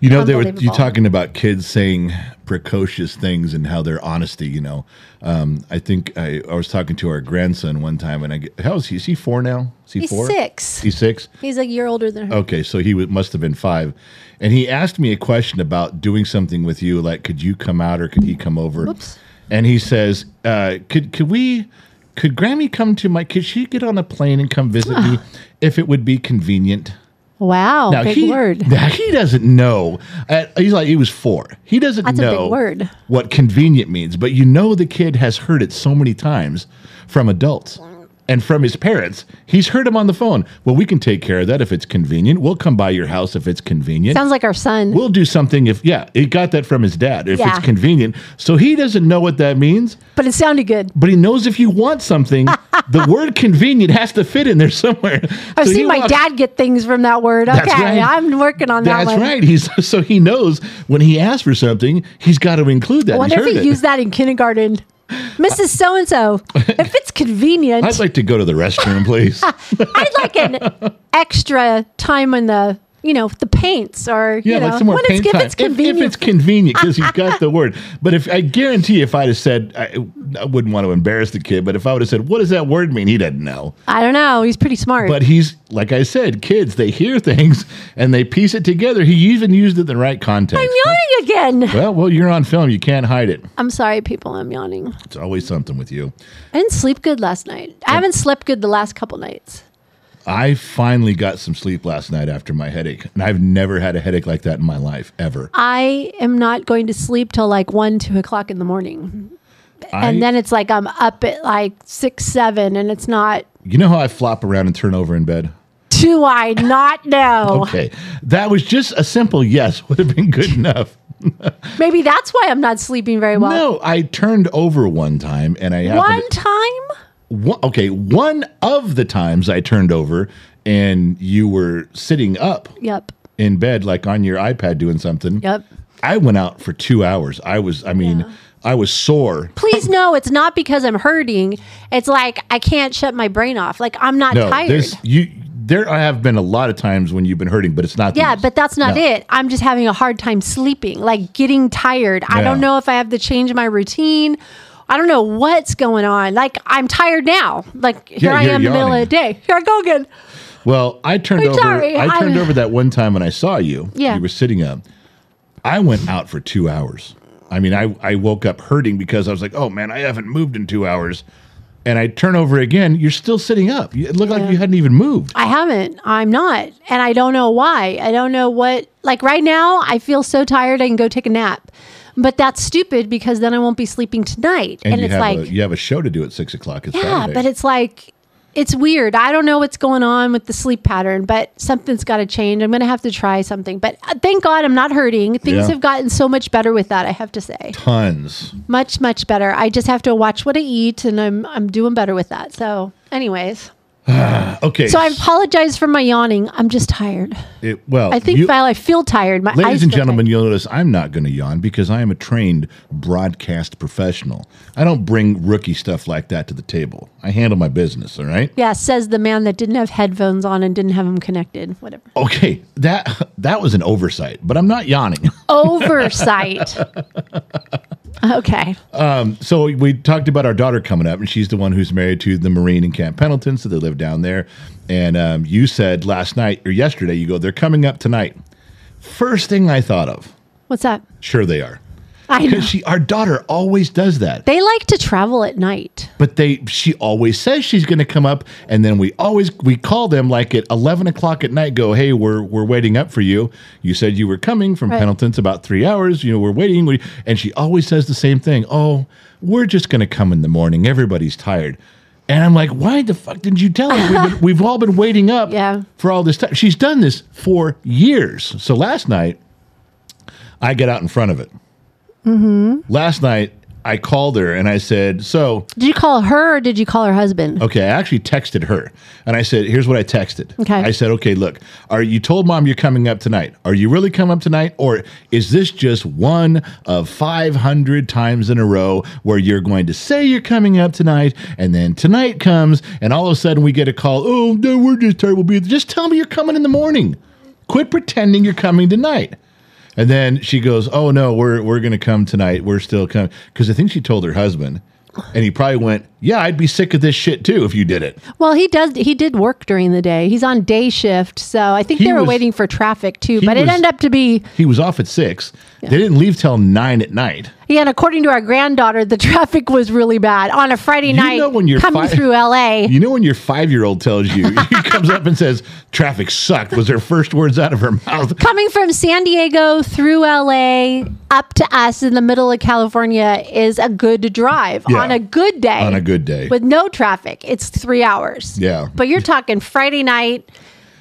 Speaker 4: You know, they were you
Speaker 3: Unbelievable.
Speaker 4: talking about kids saying precocious things and how their honesty. You know, um, I think I, I was talking to our grandson one time, and I get, how is he? Is he four now? Is he
Speaker 3: He's
Speaker 4: four? Oh.
Speaker 3: six.
Speaker 4: He's six.
Speaker 3: He's a year older than her.
Speaker 4: Okay, so he w- must have been five, and he asked me a question about doing something with you, like could you come out or could he come over?
Speaker 3: Whoops.
Speaker 4: and he says, uh, "Could could we? Could Grammy come to my? Could she get on a plane and come visit me if it would be convenient?"
Speaker 3: Wow,
Speaker 4: Now,
Speaker 3: big
Speaker 4: he,
Speaker 3: word.
Speaker 4: Now, he doesn't know. Uh, he's like he was four. He doesn't
Speaker 3: That's a big
Speaker 4: know
Speaker 3: word.
Speaker 4: what convenient means, but you know the kid has heard it so many times from adults and from his parents. He's heard him on the phone. Well, we can take care of that if it's convenient. We'll come by your house if it's convenient.
Speaker 3: Sounds like our son.
Speaker 4: we'll do something if yeah. He got that from his dad if
Speaker 3: Yeah.
Speaker 4: it's convenient. So he doesn't know what that means,
Speaker 3: but it sounded good.
Speaker 4: but he knows if you want something, the word convenient has to fit in there somewhere.
Speaker 3: I've
Speaker 4: So he
Speaker 3: seen my
Speaker 4: walks-
Speaker 3: dad get things from that word. Okay,
Speaker 4: That's right.
Speaker 3: I'm working on that
Speaker 4: That's
Speaker 3: one.
Speaker 4: right. He's so he knows when he asks for something, he's got to include that.
Speaker 3: I wonder
Speaker 4: He's
Speaker 3: if he
Speaker 4: heard it.
Speaker 3: used that in kindergarten. Mrs. So and so, if it's convenient,
Speaker 4: I'd like to go to the restroom, please.
Speaker 3: I'd like an extra time on the, you know, the paints or,
Speaker 4: Yeah,
Speaker 3: you know,
Speaker 4: like some more
Speaker 3: when
Speaker 4: paint
Speaker 3: it's, if
Speaker 4: time.
Speaker 3: it's convenient.
Speaker 4: If, it's convenient, because he's got the word. But if I guarantee, if I'd have said, I, I wouldn't want to embarrass the kid. But if I would have said, "What does that word mean?" He doesn't know.
Speaker 3: I don't know. He's pretty smart.
Speaker 4: But he's like I said, kids. They hear things and they piece it together. He even used it in the right context.
Speaker 3: I'm yawning again.
Speaker 4: well, well, you're on film. You can't hide it.
Speaker 3: I'm sorry, people. I'm yawning.
Speaker 4: It's always something with you.
Speaker 3: I didn't sleep good last night. I haven't slept good the last couple nights.
Speaker 4: I finally got some sleep last night after my headache, and I've never had a headache like that in my life ever.
Speaker 3: I am not going to sleep till like one, two o'clock in the morning.
Speaker 4: I,
Speaker 3: and then it's like I'm up at like six, seven, and it's not.
Speaker 4: you know how I flop around and turn over in bed.
Speaker 3: Do I not know?
Speaker 4: Okay, that was just a simple yes would have been good enough.
Speaker 3: Maybe that's why I'm not sleeping very well.
Speaker 4: No, I turned over one time, and I happened.
Speaker 3: One time?
Speaker 4: one, okay, one of the times I turned over, and you were sitting up
Speaker 3: Yep.
Speaker 4: in bed, like on your iPad, doing something.
Speaker 3: Yep.
Speaker 4: I went out for two hours. I was, I mean, I was sore
Speaker 3: Please no, it's not because I'm hurting. It's like I can't shut my brain off. Like I'm not tired.
Speaker 4: There's, you there have been a lot of times when you've been hurting, but it's not.
Speaker 3: yeah,
Speaker 4: these.
Speaker 3: but that's not
Speaker 4: No.
Speaker 3: it. I'm just having a hard time sleeping, like getting tired. I don't
Speaker 4: Yeah.
Speaker 3: know if I have to change my routine. I don't know what's going on. Like I'm tired now. Like here
Speaker 4: Yeah,
Speaker 3: I
Speaker 4: you're
Speaker 3: am in the middle of
Speaker 4: yawning.
Speaker 3: the day. Here I go again.
Speaker 4: Well, I turned
Speaker 3: I'm
Speaker 4: over.
Speaker 3: sorry,
Speaker 4: I
Speaker 3: I'm-
Speaker 4: turned over that one time when I saw you.
Speaker 3: Yeah.
Speaker 4: you were sitting up. I went out for two hours. I mean, I I woke up hurting because I was like, oh man, I haven't moved in two hours. And I turn over again. You're still sitting up. You- It looked like you hadn't even moved.
Speaker 3: I haven't. I'm not. And I don't know why. I don't know what, like right now, I feel so tired I can go take a nap. But that's stupid because then I won't be sleeping tonight. And,
Speaker 4: you
Speaker 3: it's
Speaker 4: have
Speaker 3: like,
Speaker 4: a, you have a show to do at six o'clock. It's
Speaker 3: yeah,
Speaker 4: Saturday.
Speaker 3: but it's like, it's weird. I don't know what's going on with the sleep pattern, but something's got to change. I'm going to have to try something. But uh, thank God I'm not hurting. Things
Speaker 4: Yeah.
Speaker 3: have gotten so much better with that, I have to say.
Speaker 4: tons.
Speaker 3: Much, much better. I just have to watch what I eat and I'm, I'm doing better with that. So, anyways.
Speaker 4: Okay.
Speaker 3: So I apologize for my yawning. I'm just tired.
Speaker 4: It- well,
Speaker 3: I think
Speaker 4: you-
Speaker 3: Val, I feel tired. My
Speaker 4: Ladies
Speaker 3: eyes
Speaker 4: and
Speaker 3: feel
Speaker 4: gentlemen, you'll notice I'm not going to yawn because I am a trained broadcast professional. I don't bring rookie stuff like that to the table. I handle my business, all right?
Speaker 3: tired. yeah, says the man that didn't have headphones on and didn't have them connected. Whatever.
Speaker 4: Okay, that that was an oversight, but I'm not yawning.
Speaker 3: Oversight. okay.
Speaker 4: so we talked about our daughter coming up, and she's the one who's married to the Marine in Camp Pendleton, so they live down there. And um, you said last night or yesterday, you go, they're coming up tonight. First thing I thought of,
Speaker 3: What's up?
Speaker 4: sure they are,
Speaker 3: I know.
Speaker 4: because she, our daughter, always does that.
Speaker 3: They like to travel at night.
Speaker 4: but they she always says she's going to come up and then we always we call them like at 11 o'clock at night go hey we're we're waiting up for you you said you were coming from
Speaker 3: Right.
Speaker 4: pendleton's about three hours you know we're waiting we, and she always says the same thing oh we're just going to come in the morning everybody's tired and i'm like why the fuck didn't you tell us we've, been, we've all been waiting up
Speaker 3: Yeah.
Speaker 4: for all this time she's done this for years so last night i get out in front of it
Speaker 3: Mm-hmm.
Speaker 4: last night i called her and i said so
Speaker 3: Did you call her or did you call her husband?
Speaker 4: Okay, I actually texted her and I said, here's what I texted.
Speaker 3: Okay.
Speaker 4: I said, okay, look, are you told mom you're coming up tonight? Are you really coming up tonight? Or is this just one of 500 times in a row where you're going to say you're coming up tonight and then tonight comes and all of a sudden we get a call, oh, no, we're just tired. We'll be, just tell me you're coming in the morning. Quit pretending you're coming tonight. And then she goes, "Oh no, we're we're gonna come tonight. We're still coming." Because I think she told her husband, and he probably went, Yeah, I'd be sick of this shit too if you did it.
Speaker 3: Well, he does. He did work during the day. He's on day shift, so I think
Speaker 4: He
Speaker 3: they were
Speaker 4: was-
Speaker 3: waiting for traffic too.
Speaker 4: he
Speaker 3: But it
Speaker 4: was-
Speaker 3: ended up to be,
Speaker 4: He was off at six. They didn't leave till nine at night.
Speaker 3: yeah. And according to our granddaughter, the traffic was really bad on a Friday night
Speaker 4: know when you're
Speaker 3: coming
Speaker 4: fi-
Speaker 3: through L.A.
Speaker 4: You know when your five year old tells you, he comes up and says, traffic sucked, was her first words out of her mouth.
Speaker 3: Coming from San Diego through LA up to us in the middle of California is a good drive
Speaker 4: Yeah.
Speaker 3: on a good day.
Speaker 4: On a good day.
Speaker 3: With no traffic. It's three hours.
Speaker 4: Yeah.
Speaker 3: But you're talking Friday night,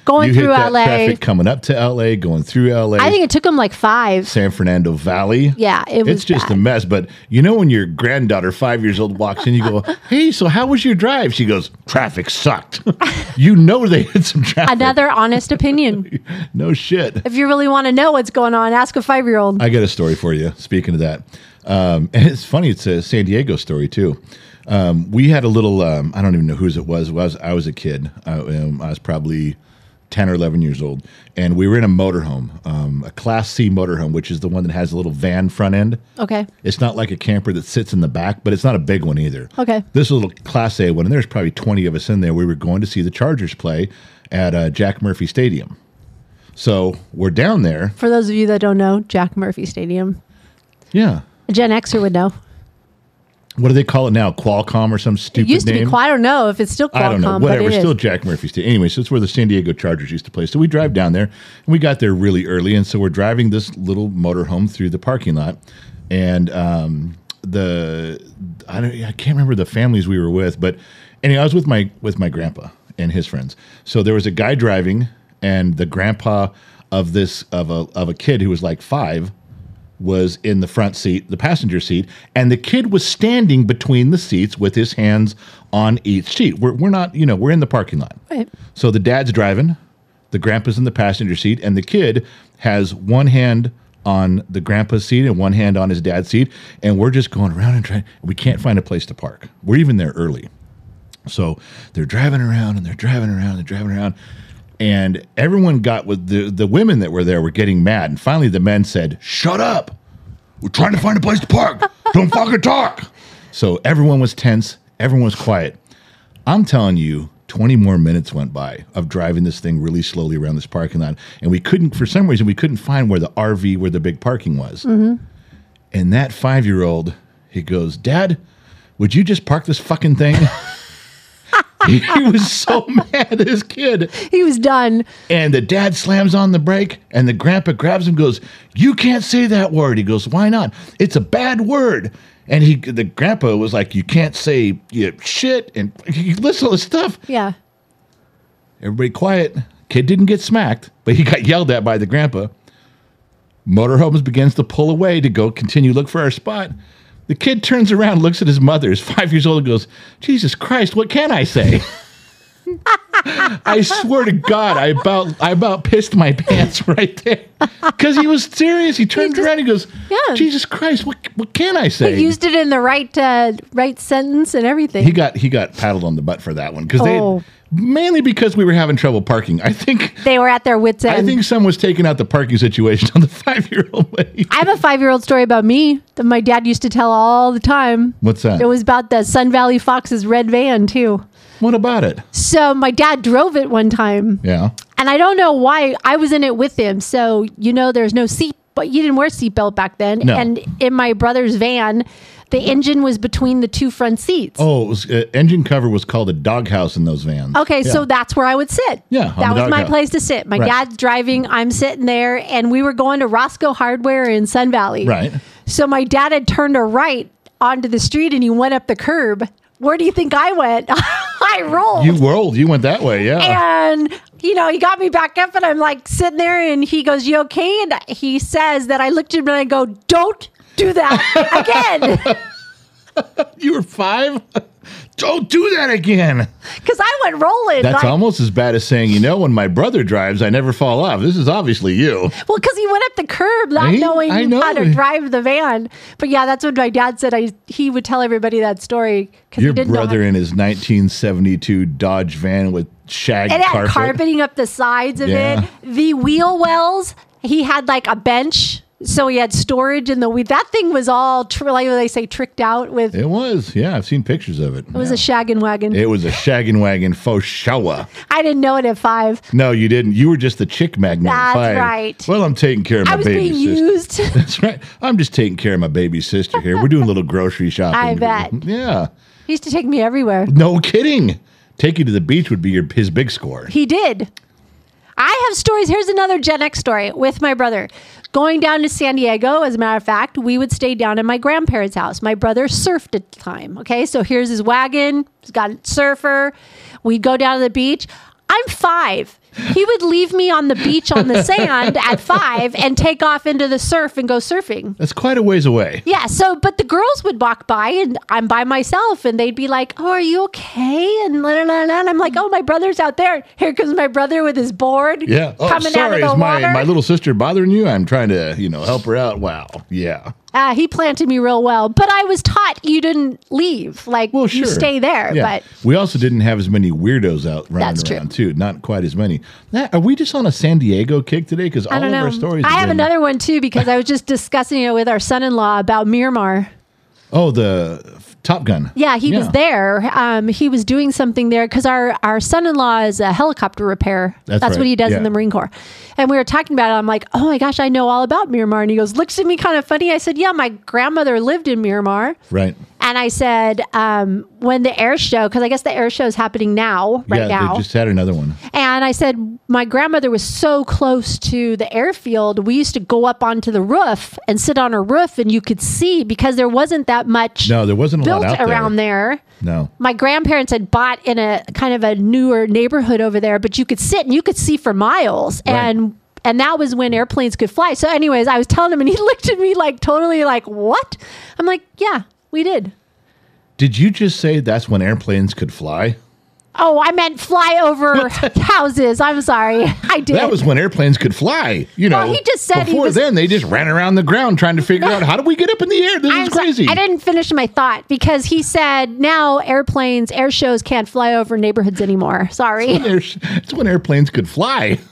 Speaker 3: going
Speaker 4: You hit
Speaker 3: through
Speaker 4: that
Speaker 3: LA.
Speaker 4: traffic coming up to LA, going through LA.
Speaker 3: I think it took them like five.
Speaker 4: San Fernando Valley.
Speaker 3: Yeah, it was
Speaker 4: it's just a
Speaker 3: bad.
Speaker 4: mess. But you know when your granddaughter, five years old, walks in, you go, "Hey, so how was your drive?" She goes, "Traffic sucked." you know they hit some traffic.
Speaker 3: Another honest opinion.
Speaker 4: no shit.
Speaker 3: If you really want to know what's going on, ask a five year old.
Speaker 4: I got a story for you. Speaking of that, um, and it's funny. It's a San Diego story too. Um, we had a little. Um, I don't even know whose it was. I was I was a kid. I, um, I was probably ten or eleven years old, and we were in a motorhome, um, a Class C motorhome, which is the one that has a little van front end.
Speaker 3: Okay.
Speaker 4: It's not like a camper that sits in the back, but it's not a big one either.
Speaker 3: Okay.
Speaker 4: This little Class A one, and there's probably 20 of us in there. We were going to see the Chargers play at uh, Jack Murphy Stadium. So we're down there.
Speaker 3: For those of you that don't know, Jack Murphy Stadium.
Speaker 4: Yeah.
Speaker 3: A Gen Xer would know.
Speaker 4: What do they call it now? Qualcomm or some stupid
Speaker 3: It used to
Speaker 4: name?
Speaker 3: be Qual- I don't know if it's still Qualcomm,
Speaker 4: I don't know.
Speaker 3: but
Speaker 4: Whatever.
Speaker 3: it is.
Speaker 4: Still Jack Murphy Stadium. Anyway, so it's where the San Diego Chargers used to play. So we drive down there, and we got there really early. And so we're driving this little motorhome through the parking lot, and um, the I don't I can't remember the families we were with, but anyway, I was with my with my grandpa and his friends. So there was a guy driving, and the grandpa of this of a of a kid who was like five was in the front seat, the passenger seat, and the kid was standing between the seats with his hands on each seat. We're, we're not, you know, we're in the parking lot.
Speaker 3: Right.
Speaker 4: So the dad's driving, the grandpa's in the passenger seat, and the kid has one hand on the grandpa's seat and one hand on his dad's seat. And we're just going around and trying, we can't find a place to park. We're even there early. So they're driving around and they're driving around and they're driving around. And everyone got with the, the women that were there were getting mad. And finally, the men said, Shut up. We're trying to find a place to park. Don't fucking talk. So everyone was tense. Everyone was quiet. I'm telling you, 20 more minutes went by of driving this thing really slowly around this parking lot. And we couldn't, for some reason, we couldn't find where the RV, where the big parking was. And that five year old, he goes, Dad, would you just park this fucking thing? he was so mad at his kid.
Speaker 3: he was done.
Speaker 4: And the dad slams on the brake, and the grandpa grabs him, goes, "You can't say that word." He goes, "Why not? It's a bad word." And he, the grandpa was like, "You can't say you know, shit," and he lists all this stuff.
Speaker 3: Yeah.
Speaker 4: Everybody quiet. Kid didn't get smacked, but he got yelled at by the grandpa. Motorhomes begins to pull away to go continue look for our spot. The kid turns around, looks at his mother, is five years old, and goes, Jesus Christ, what can I say? I swear to God, I about I about pissed my pants right there. Because he was serious. He turns
Speaker 3: just-
Speaker 4: around and goes,
Speaker 3: Yeah.
Speaker 4: Jesus Christ, what what can I say?
Speaker 3: He used it in the right uh, right sentence and everything.
Speaker 4: He got he got paddled on the butt for that one. Because
Speaker 3: Oh.
Speaker 4: they mainly because we were having trouble parking. I think
Speaker 3: they were at their wits end.
Speaker 4: I think someone was taking out the parking situation on the five year old lady.
Speaker 3: I have a five year old story about me that my dad used to tell all the time.
Speaker 4: What's that?
Speaker 3: It was about the Sun Valley Fox's red van too.
Speaker 4: What about it?
Speaker 3: So my dad drove it one time,
Speaker 4: Yeah.
Speaker 3: and I don't know why I was in it with him. So you know, there's no seat, but you didn't wear seatbelt back then.
Speaker 4: No.
Speaker 3: And in my brother's van, the engine was between the two front seats.
Speaker 4: Oh, it was, uh, engine cover was called a doghouse in those vans.
Speaker 3: Okay, so
Speaker 4: Yeah.
Speaker 3: that's where I would sit.
Speaker 4: Yeah, on
Speaker 3: that
Speaker 4: the
Speaker 3: was my
Speaker 4: doghouse.
Speaker 3: place to sit. My
Speaker 4: Right.
Speaker 3: dad's driving, I'm sitting there, and we were going to Roscoe Hardware in Sun Valley.
Speaker 4: Right.
Speaker 3: So my dad had turned a right onto the street and he went up the curb. Where do you think I went? I rolled.
Speaker 4: You rolled. You went that way. Yeah.
Speaker 3: and you know, he got me back up, and I'm like sitting there, and he goes, "You okay?" And he says that I looked at him and I go, "Don't do that again."
Speaker 4: you were five. Don't do that again.
Speaker 3: Because I went rolling.
Speaker 4: That's
Speaker 3: like-
Speaker 4: almost as bad as saying, you know, when my brother drives, I never fall off. This is obviously you.
Speaker 3: Well, because he went up the curb not
Speaker 4: Right?
Speaker 3: knowing
Speaker 4: I know.
Speaker 3: how to drive the van. But yeah, that's what my dad said. I he would tell everybody that story because he
Speaker 4: Your
Speaker 3: didn't
Speaker 4: brother
Speaker 3: know.
Speaker 4: in his 1972 Dodge van with shag
Speaker 3: How, it had
Speaker 4: carpet.
Speaker 3: carpeting up the sides of
Speaker 4: Yeah.
Speaker 3: it. The wheel wells. He had like a bench so he had storage in the we that thing was all tr- like they say tricked out with it
Speaker 4: It was. Yeah, I've seen pictures of it. It
Speaker 3: was a shaggin' wagon.
Speaker 4: it was a shaggin' wagon faux shower.
Speaker 3: I didn't know it at five.
Speaker 4: No, you didn't. You were just the chick magnet. at
Speaker 3: That's
Speaker 4: five.
Speaker 3: right.
Speaker 4: Well, I'm taking care of my
Speaker 3: I was
Speaker 4: baby
Speaker 3: being
Speaker 4: sister.
Speaker 3: used.
Speaker 4: That's right. I'm just taking care of my baby sister here. We're doing a little grocery shopping.
Speaker 3: I bet.
Speaker 4: Yeah.
Speaker 3: he used to take me everywhere.
Speaker 4: No kidding. Take you to the beach would be your his big score.
Speaker 3: He did. I have stories. Here's another Gen X story with my brother. Going down to San Diego, as a matter of fact, we would stay down at my grandparents' house. My brother surfed at the time. Okay, so here's his wagon. He's got a surfer. We'd go down to the beach. I'm five. He would leave me on the beach on the sand at five and take off into the surf and go surfing.
Speaker 4: That's quite a ways away.
Speaker 3: Yeah, so but the girls would walk by and I'm by myself and they'd be like, Oh, are you okay? And la la la la and I'm like, Oh, my brother's out there. Here comes my brother with his board
Speaker 4: Yeah. Oh,
Speaker 3: coming out
Speaker 4: sorry.
Speaker 3: of the
Speaker 4: Is my,
Speaker 3: water.
Speaker 4: my little sister bothering you? I'm trying to, you know, help her out. Wow. Yeah.
Speaker 3: uh, he planted me real well. But I was taught you didn't leave. Like
Speaker 4: Well, sure.
Speaker 3: you stay there.
Speaker 4: Yeah.
Speaker 3: But
Speaker 4: we also didn't have as many weirdos out running
Speaker 3: That's true.
Speaker 4: around too. Not quite as many. Now, are we just on a San Diego kick today? Because all
Speaker 3: I
Speaker 4: of
Speaker 3: don't
Speaker 4: our
Speaker 3: know.
Speaker 4: stories.
Speaker 3: I have
Speaker 4: been-
Speaker 3: another one too because I was just discussing it with our son in law about Miramar.
Speaker 4: Oh, the Top Gun.
Speaker 3: Yeah, he was there. Um, he was doing something there because our, our son in law is a helicopter repair.
Speaker 4: That's
Speaker 3: That's,
Speaker 4: right,
Speaker 3: what he does
Speaker 4: yeah.
Speaker 3: in the Marine Corps. And we were talking about it. I'm like, oh my gosh, I know all about Miramar. And he goes, looks at me kind of funny. I said, yeah, my grandmother lived in Miramar.
Speaker 4: Right.
Speaker 3: And I said, um, when the air show, because I guess the air show is happening now, right
Speaker 4: yeah,
Speaker 3: now.
Speaker 4: they just had another one.
Speaker 3: And I said, My grandmother was so close to the airfield. We used to go up onto the roof and sit on her roof, and you could see because there wasn't that much
Speaker 4: No, there wasn't a lot
Speaker 3: built
Speaker 4: out
Speaker 3: around there.
Speaker 4: No.
Speaker 3: My grandparents had bought in a kind of a newer neighborhood over there, but you could sit and you could see for miles.
Speaker 4: Right.
Speaker 3: And and that was when airplanes could fly. So, anyways, I was telling him, and he looked at me like totally like, What? I'm like, Yeah, we did.
Speaker 4: Did you just say that's when airplanes could fly?
Speaker 3: Oh, I meant fly over houses. I'm sorry. I did.
Speaker 4: That was when airplanes could fly. You know,
Speaker 3: Well, he just said he
Speaker 4: before
Speaker 3: was-
Speaker 4: then they just ran around the ground trying to figure out how do we get up in the air. This
Speaker 3: I'm
Speaker 4: is
Speaker 3: sorry,
Speaker 4: crazy.
Speaker 3: I didn't finish my thought because he said now airplanes, air shows can't fly over neighborhoods anymore. Sorry.
Speaker 4: Air- It's when airplanes could fly.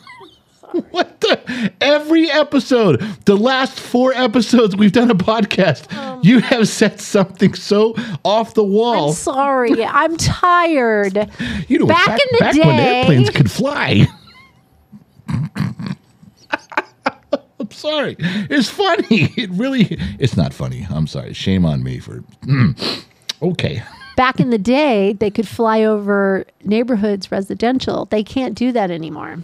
Speaker 4: What the? Every episode, the last four episodes we've done a podcast, you have said something so off the
Speaker 3: Um. I'm
Speaker 4: wall.
Speaker 3: sorry. I'm tired.
Speaker 4: you know,
Speaker 3: back in the
Speaker 4: back when
Speaker 3: day-
Speaker 4: airplanes could fly. I'm sorry. It's funny. It really. It's not funny. I'm sorry. Shame on me for. okay.
Speaker 3: Back in the day, they could fly over neighborhoods residential. They can't do that anymore.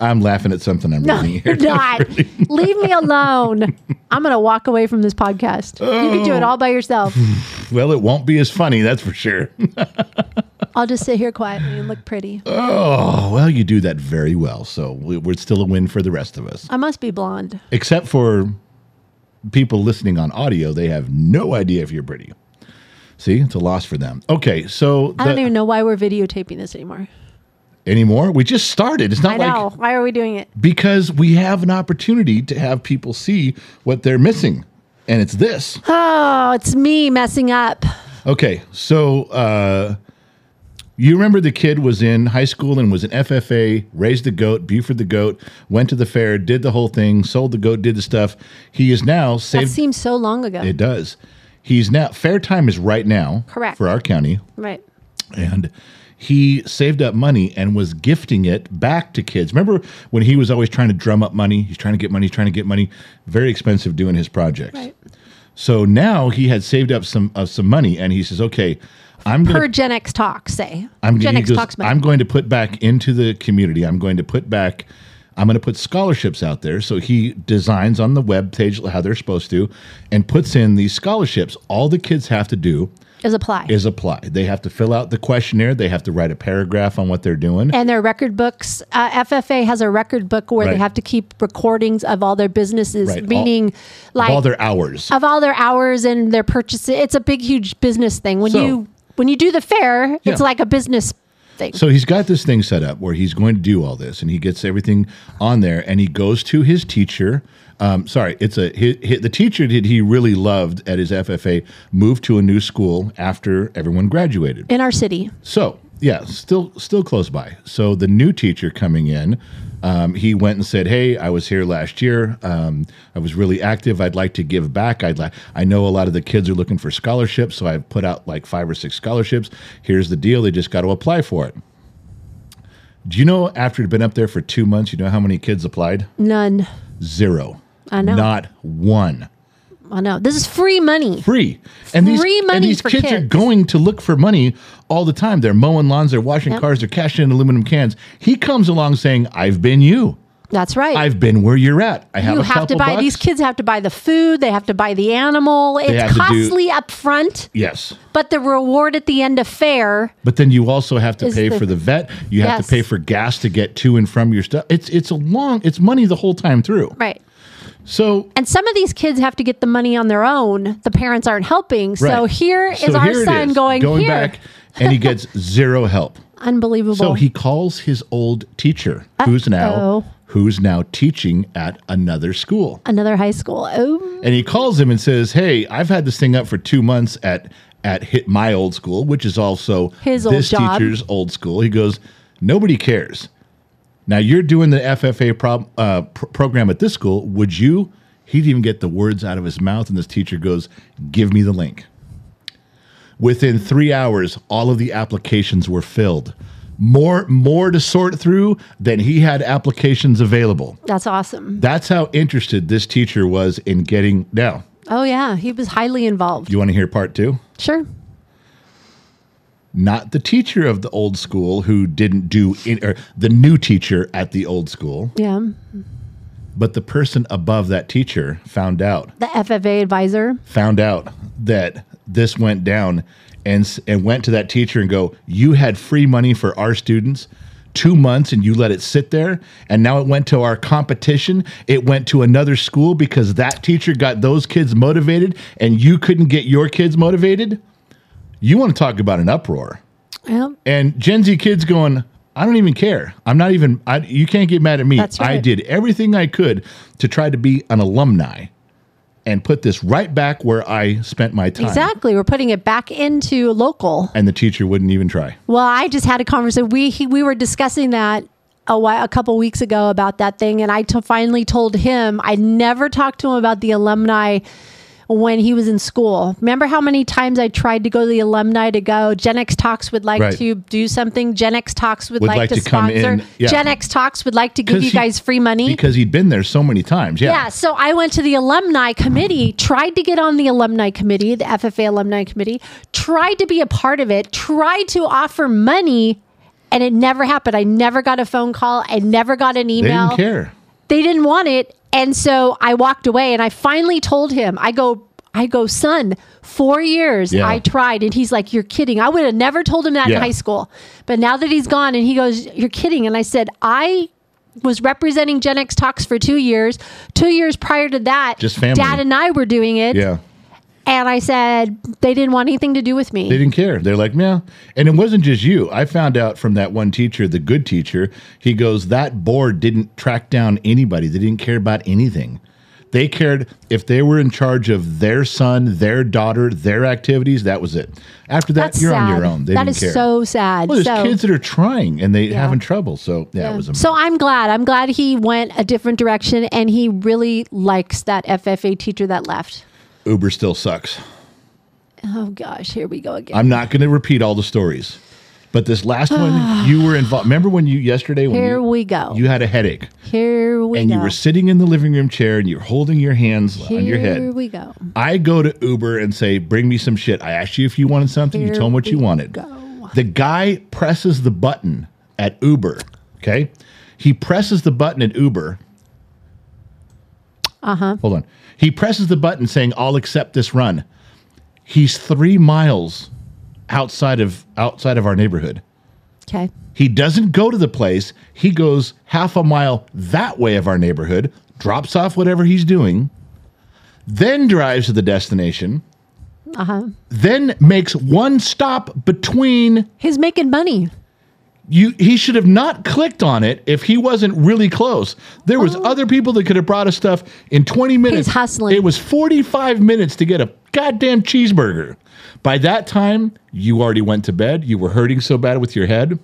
Speaker 4: I'm laughing at something I'm
Speaker 3: No,
Speaker 4: reading
Speaker 3: you're
Speaker 4: here.
Speaker 3: not. Leave me alone. I'm going to walk away from this podcast. You can do it all by yourself.
Speaker 4: Oh. Well, it won't be as funny, that's for sure.
Speaker 3: I'll just sit here quietly and look pretty.
Speaker 4: Oh, well, you do that very well. So we- we're still a win for the rest of us.
Speaker 3: I must be blonde.
Speaker 4: Except for people listening on audio, they have no idea if you're pretty. See, it's a loss for them. Okay, so
Speaker 3: I don't
Speaker 4: the-
Speaker 3: even know why we're videotaping this anymore.
Speaker 4: anymore, we just started. It's
Speaker 3: I
Speaker 4: not like
Speaker 3: know. Why are we doing it?
Speaker 4: because we have an opportunity to have people see what they're missing, and it's this.
Speaker 3: Oh, it's me messing up.
Speaker 4: Okay, so uh, you remember the kid was in high school and was an FFA, raised the goat, Buford the goat, went to the fair, did the whole thing, sold the goat, did the stuff. He is now
Speaker 3: That
Speaker 4: saved.
Speaker 3: seems so long ago.
Speaker 4: it does. He's now fair time is right now.
Speaker 3: Correct.
Speaker 4: for our county,
Speaker 3: right.
Speaker 4: and he saved up money and was gifting it back to kids. Remember when he was always trying to drum up money? He's trying to get money, he's trying to get money. Very expensive doing his projects.
Speaker 3: Right.
Speaker 4: So now he had saved up some uh, some money, and he says, "Okay, I'm going
Speaker 3: Per
Speaker 4: to
Speaker 3: Gen X Talk, say.
Speaker 4: I'm,
Speaker 3: Gen
Speaker 4: he
Speaker 3: X
Speaker 4: goes,
Speaker 3: Talk's money.
Speaker 4: I'm going to put back into the community. I'm going to put back. I'm going to put scholarships out there. So he designs on the web page how they're supposed to, and puts in these scholarships. All the kids have to do
Speaker 3: is apply.
Speaker 4: is apply. They have to fill out the questionnaire. They have to write a paragraph on what they're doing.
Speaker 3: and their record books. Uh, FFA has a record book where
Speaker 4: Right.
Speaker 3: they have to keep recordings of all their businesses,
Speaker 4: Right, all-
Speaker 3: meaning like
Speaker 4: all their hours.
Speaker 3: of all their hours and their purchases. It's a big, huge business thing. When
Speaker 4: So-
Speaker 3: you when you do the fair, it's
Speaker 4: Yeah.
Speaker 3: like a business thing.
Speaker 4: So he's got this thing set up where he's going to do all this, and he gets everything on there, and he goes to his teacher. Um, sorry, it's a hi hi the teacher that he really loved at his FFA moved to a new school after everyone graduated.
Speaker 3: in our city,
Speaker 4: So yeah, still still close by. So the new teacher coming in, um, he went and said, "Hey, I was here last year. Um, I was really active. I'd like to give back. I'd like. I know a lot of the kids are looking for scholarships, so I've put out like five or six scholarships. Here's the deal. They just got to apply for it." Do you know after it'd been up there for two months, you know how many kids applied?
Speaker 3: none.
Speaker 4: Zero.
Speaker 3: I know.
Speaker 4: Not one.
Speaker 3: I know this is free money.
Speaker 4: Free. And these,
Speaker 3: Free
Speaker 4: and
Speaker 3: money
Speaker 4: these
Speaker 3: for
Speaker 4: kids, are
Speaker 3: kids.
Speaker 4: going to look for money all the time. They're mowing lawns, they're washing
Speaker 3: Yep.
Speaker 4: cars, they're cashing in aluminum cans. He comes along saying, I've been you.
Speaker 3: That's right.
Speaker 4: I've been where you're at. I have
Speaker 3: you
Speaker 4: a
Speaker 3: have to
Speaker 4: couple
Speaker 3: buy
Speaker 4: bucks."
Speaker 3: these kids have to buy the food. They have to buy the animal.
Speaker 4: have to
Speaker 3: It's
Speaker 4: do-
Speaker 3: costly up front,
Speaker 4: Yes.
Speaker 3: but the reward at the end of fair.
Speaker 4: But then you also have to
Speaker 3: Is
Speaker 4: pay
Speaker 3: the-
Speaker 4: for the vet. You have
Speaker 3: Yes.
Speaker 4: to pay for gas to get to and from your stuff. It's it's a long it's money the whole time through.
Speaker 3: Right.
Speaker 4: So
Speaker 3: And some of these kids have to get the money on their own. The parents aren't helping. So
Speaker 4: right.
Speaker 3: here is
Speaker 4: So
Speaker 3: our
Speaker 4: here it
Speaker 3: son
Speaker 4: is,
Speaker 3: going, here.
Speaker 4: and he gets zero help.
Speaker 3: Unbelievable.
Speaker 4: So he calls his old teacher, who's now
Speaker 3: Uh-oh.
Speaker 4: who's now teaching at another school.
Speaker 3: Another high school. Oh,
Speaker 4: And he calls him and says, "Hey, I've had this thing up for 2 months at at hit my old school, which is also
Speaker 3: His old
Speaker 4: this
Speaker 3: job.
Speaker 4: teacher's old school." He goes, "Nobody cares. Now you're doing the FFA prob- uh, pr- program at this school. Would you?" He didn't even get the words out of his mouth, and this teacher goes, "Give me the link." Within three hours, all of the applications were filled. More, more to sort through than he had applications available.
Speaker 3: that's awesome.
Speaker 4: That's how interested this teacher was in getting. Now,
Speaker 3: Oh, yeah. He was highly involved.
Speaker 4: you want to hear part two?
Speaker 3: Sure.
Speaker 4: Not the teacher of the old school who didn't do, in, or the new teacher at the old school,
Speaker 3: Yeah.
Speaker 4: but the person above that teacher found out,
Speaker 3: The FFA advisor.
Speaker 4: found out that this went down, and s- and went to that teacher and go, you had free money for our students. Two months and you let it sit there, and now it went to our competition. It went to another school because that teacher got those kids motivated, and you couldn't get your kids motivated. You want to talk about an uproar?
Speaker 3: Yeah.
Speaker 4: and Gen Z kids going, I don't even care. I'm not even. I, you can't get mad at me.
Speaker 3: That's
Speaker 4: I
Speaker 3: right.
Speaker 4: did everything I could to try to be an alumni, and put this right back where I spent my time.
Speaker 3: Exactly. We're putting it back into local.
Speaker 4: And the teacher wouldn't even try.
Speaker 3: Well, I just had a conversation. We he, we were discussing that a while, a couple weeks ago about that thing, and I to finally told him I never talked to him about the alumni when he was in school. Remember how many times I tried to go to the alumni to go? Gen X Talks would like
Speaker 4: Right.
Speaker 3: to do something. Gen X Talks would, like, to,
Speaker 4: come
Speaker 3: sponsor.
Speaker 4: in, yeah.
Speaker 3: Gen X Talks would like to give
Speaker 4: 'Cause
Speaker 3: you
Speaker 4: he-
Speaker 3: guys free money.
Speaker 4: because he'd been there so many times. Yeah.
Speaker 3: Yeah, so I went to the alumni committee, tried to get on the alumni committee, the FFA alumni committee, tried to be a part of it, tried to offer money, and it never happened. I never got a phone call, I never got an
Speaker 4: they
Speaker 3: email.
Speaker 4: didn't care.
Speaker 3: They didn't want it, and so I walked away and I finally told him, I go I go, son, four years
Speaker 4: Yeah.
Speaker 3: I tried. And he's like, You're kidding. I would have never told him that
Speaker 4: Yeah.
Speaker 3: in high school. But now that he's gone and he goes, You're kidding. And I said, I was representing Gen X Talks for two years. Two years prior to that,
Speaker 4: Just family.
Speaker 3: dad and I were doing it.
Speaker 4: Yeah.
Speaker 3: And I said, They didn't want anything to do with me.
Speaker 4: They didn't care. They're like, no. And it wasn't just you. I found out from that one teacher, the good teacher, he goes, that board didn't track down anybody. They didn't care about anything. They cared if they were in charge of their son, their daughter, their activities. That was it. After that,
Speaker 3: That's
Speaker 4: you're
Speaker 3: sad.
Speaker 4: on your own. They
Speaker 3: That
Speaker 4: didn't
Speaker 3: is
Speaker 4: care.
Speaker 3: so sad.
Speaker 4: Well, there's
Speaker 3: so,
Speaker 4: kids that are trying and they
Speaker 3: Yeah.
Speaker 4: having trouble. So yeah, it was. amazing.
Speaker 3: so I'm glad. I'm glad he went a different direction and he really likes that FFA teacher that left.
Speaker 4: Uber still sucks.
Speaker 3: Oh gosh, here we go again.
Speaker 4: I'm not going to repeat all the stories, but this last one you were involved. Remember when you yesterday when
Speaker 3: Here
Speaker 4: you,
Speaker 3: we go.
Speaker 4: You had a headache.
Speaker 3: Here we
Speaker 4: and
Speaker 3: go.
Speaker 4: you were sitting in the living room chair and you're holding your hands
Speaker 3: Here
Speaker 4: on your head.
Speaker 3: we go.
Speaker 4: I go to Uber and say, "Bring me some shit." I asked you if you wanted something. you
Speaker 3: Here
Speaker 4: told me what you
Speaker 3: we
Speaker 4: wanted.
Speaker 3: go.
Speaker 4: The guy presses the button at Uber. Okay, he presses the button at Uber. Uh
Speaker 3: Uh-huh.
Speaker 4: huh. Hold on. He presses the button saying, "I'll accept this run." He's three miles outside of outside of our neighborhood.
Speaker 3: Okay.
Speaker 4: He doesn't go to the place. He goes half a mile that way of our neighborhood, drops off whatever he's doing, then drives to the destination, then makes one stop between
Speaker 3: He's making money.
Speaker 4: you he should have not clicked on it if he wasn't really close. There was other people that could have brought us stuff in 20 minutes.
Speaker 3: hustling.
Speaker 4: It was 45 minutes to get a goddamn cheeseburger. By that time, you already went to bed. You were hurting so bad with your head.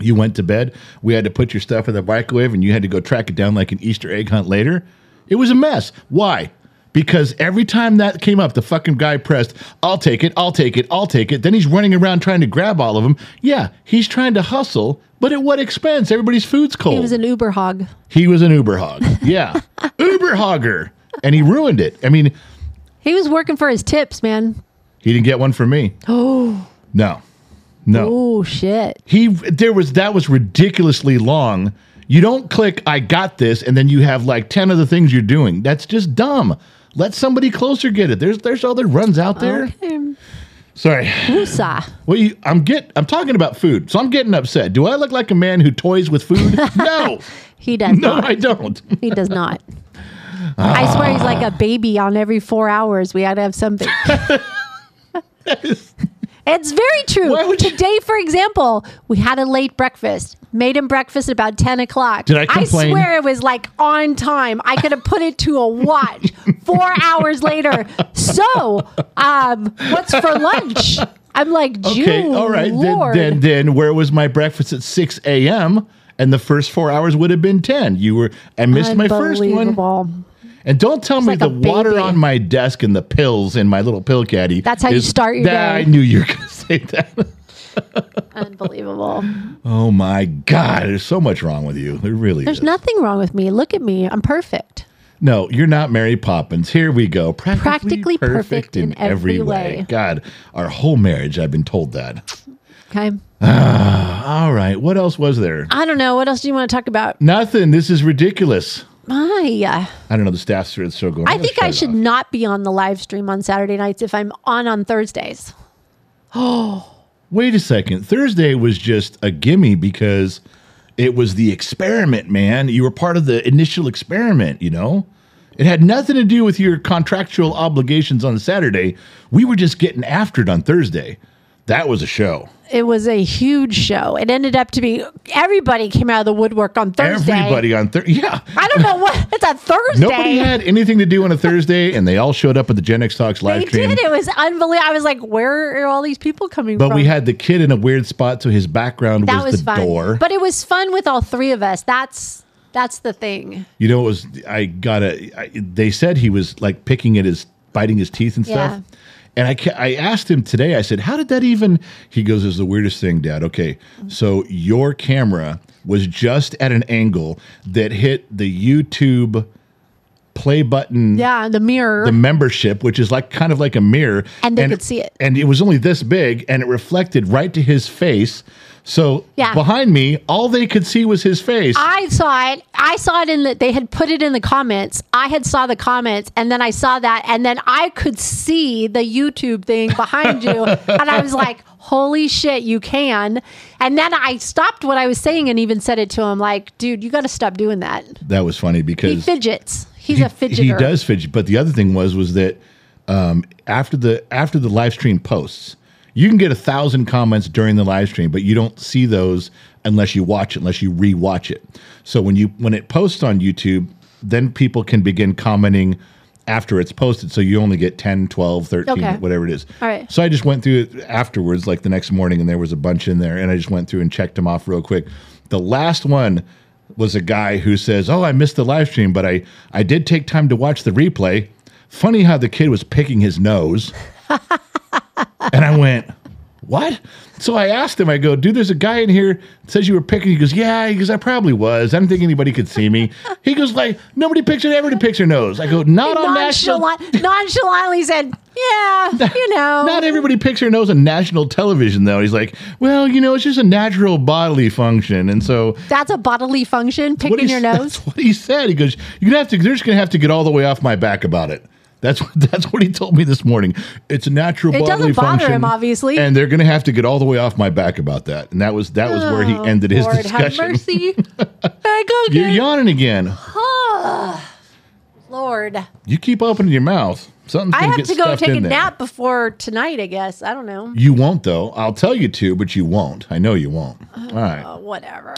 Speaker 4: You went to bed. We had to put your stuff in the microwave and you had to go track it down like an Easter egg hunt later. It was a mess. Why? Because every time that came up, the fucking guy pressed, I'll take it, I'll take it, I'll take it. Then he's running around trying to grab all of them. Yeah, he's trying to hustle, but at what expense? Everybody's food's cold.
Speaker 3: He was an Uber hog.
Speaker 4: he was an Uber hog. Yeah. Uber hogger. And he ruined it. I mean,
Speaker 3: He was working for his tips, man.
Speaker 4: he didn't get one from me. Oh. No. No.
Speaker 3: Oh shit.
Speaker 4: He there was that was ridiculously long. You don't click I got this and then you have like 10 other things you're doing. That's just dumb. Let somebody closer get it. There's there's other runs out there.
Speaker 3: Okay.
Speaker 4: Sorry.
Speaker 3: Musa.
Speaker 4: Well, you, I'm get I'm talking about food. So I'm getting upset. Do I look like a man who toys with food? no.
Speaker 3: He does
Speaker 4: No,
Speaker 3: not.
Speaker 4: I Ah. don't.
Speaker 3: He does not. I swear he's like a baby on every four hours. We had to have something. it's very true.
Speaker 4: Why would you-
Speaker 3: Today, for example, we had a late breakfast. Made him breakfast at about 10 o'clock.
Speaker 4: Did I complain?
Speaker 3: swear it was like on time. I could have put it to a watch four hours later. So, um, what's for lunch? I'm like, June.
Speaker 4: Okay, all right. Then,
Speaker 3: Lord.
Speaker 4: then then where was my breakfast at 6 a.m. and the first 4 hours would have been 10. You were I missed my first one.
Speaker 3: Unbelievable.
Speaker 4: And don't tell me
Speaker 3: like
Speaker 4: the
Speaker 3: a
Speaker 4: water
Speaker 3: baby.
Speaker 4: on my desk and the pills in my little pill caddy.
Speaker 3: That's how you start your
Speaker 4: that,
Speaker 3: day.
Speaker 4: I knew you were going to say that.
Speaker 3: Unbelievable.
Speaker 4: Oh my God, there's so much wrong with you. There really
Speaker 3: There's
Speaker 4: is.
Speaker 3: nothing wrong with me. Look at me. I'm perfect.
Speaker 4: no, you're not Mary Poppins. Here we go. Practically,
Speaker 3: Practically perfect in every way.
Speaker 4: God, our whole marriage, I've been told that.
Speaker 3: Okay.
Speaker 4: All right, what else was there?
Speaker 3: I don't know. What else do you want to talk about?
Speaker 4: Nothing. This is ridiculous.
Speaker 3: My, uh,
Speaker 4: I don't know. The staff's are so going.
Speaker 3: I
Speaker 4: "I'm
Speaker 3: think
Speaker 4: gonna
Speaker 3: I
Speaker 4: shut it
Speaker 3: should
Speaker 4: off."
Speaker 3: not be on the live stream on Saturday nights if I'm on on Thursdays.
Speaker 4: Wait a second. Thursday was just a gimme because it was the experiment, man. You were part of the initial experiment, you know? It had nothing to do with your contractual obligations on Saturday. We were just getting after it on Thursday. That was a show.
Speaker 3: It was a huge show. It ended up to be everybody came out of the woodwork on Thursday.
Speaker 4: Everybody on Thursday. Yeah.
Speaker 3: I don't know what it's a Thursday.
Speaker 4: Nobody had anything to do on a Thursday, and they all showed up at the Gen X Talks live
Speaker 3: they
Speaker 4: stream.
Speaker 3: did. It was unbelievable. I was like, where are all these people coming
Speaker 4: But
Speaker 3: from?
Speaker 4: we had the kid in a weird spot, so his background
Speaker 3: that
Speaker 4: was,
Speaker 3: was
Speaker 4: the
Speaker 3: fun.
Speaker 4: door.
Speaker 3: But it was fun with all three of us. That's that's the thing.
Speaker 4: You know, it was I got a. I, they said he was like picking at his, biting his teeth and stuff.
Speaker 3: Yeah.
Speaker 4: And I, ca- I asked him today. I said, "How did that even?" He goes, "Is the weirdest thing, Dad." Okay, so your camera was just at an angle that hit the YouTube play button
Speaker 3: Yeah, the mirror.
Speaker 4: the membership, which is like kind of like a mirror,
Speaker 3: And they could see it.
Speaker 4: And it was only this big, and it reflected right to his face. So
Speaker 3: Yeah.
Speaker 4: behind me, all they could see was his face.
Speaker 3: I saw it. I saw it in the. They had put it in the comments. I had saw the comments, and then I saw that, and then I could see the YouTube thing behind you, and I was like, "Holy shit, you can!" And then I stopped what I was saying and even said it to him, like, "Dude, you got to stop doing that."
Speaker 4: that was funny because
Speaker 3: He fidgets. He's a
Speaker 4: he-
Speaker 3: fidgeter.
Speaker 4: He does fidget. But the other thing was was that um, after the after the live stream posts, you can get a thousand comments during the live stream, but you don't see those unless you watch it, unless you rewatch it. So when you when it posts on YouTube, then people can begin commenting after it's posted so you only get 10 12 13
Speaker 3: Okay.
Speaker 4: whatever it is
Speaker 3: All right.
Speaker 4: so i just went through it afterwards like the next morning and there was a bunch in there and i just went through and checked them off real quick the last one was a guy who says, "Oh, I missed the live stream, but I I did take time to watch the replay. Funny how the kid was picking his nose." and I went, "What?" So I asked him. I go, "Dude, there's a guy in here that says you were picking." He goes, "Yeah." He goes, "I probably was. I didn't think anybody could see me." He goes, "Like nobody picks it ever to pick their nose." I go, "Not on national."
Speaker 3: Nonchalant, nonchalantly said, "Yeah, you know."
Speaker 4: Not everybody picks their nose on national television, though. He's like, well, you know, it's just a natural bodily function, and so
Speaker 3: that's a bodily function,
Speaker 4: what
Speaker 3: picking
Speaker 4: he
Speaker 3: your
Speaker 4: s-
Speaker 3: nose.
Speaker 4: That's what he said. He goes, "You're gonna have to. They're just gonna have to get all the way off my back about it. That's that's what he told me this morning. It's a natural.
Speaker 3: It doesn't
Speaker 4: bodily
Speaker 3: bother
Speaker 4: function,
Speaker 3: him, obviously.
Speaker 4: and they're going to have to get all the way off my back about that. And that was that was where he ended his
Speaker 3: Oh, Lord, have
Speaker 4: discussion.
Speaker 3: mercy. I go
Speaker 4: You're
Speaker 3: again.
Speaker 4: yawning again.
Speaker 3: Lord,
Speaker 4: You keep opening your mouth. Something's
Speaker 3: I
Speaker 4: gonna
Speaker 3: have
Speaker 4: get
Speaker 3: to go
Speaker 4: stuffed
Speaker 3: take a
Speaker 4: in there.
Speaker 3: nap before tonight. I guess I don't know.
Speaker 4: You won't though. I'll tell you to, but you won't. I know you won't.
Speaker 3: Uh,
Speaker 4: All right.
Speaker 3: Whatever.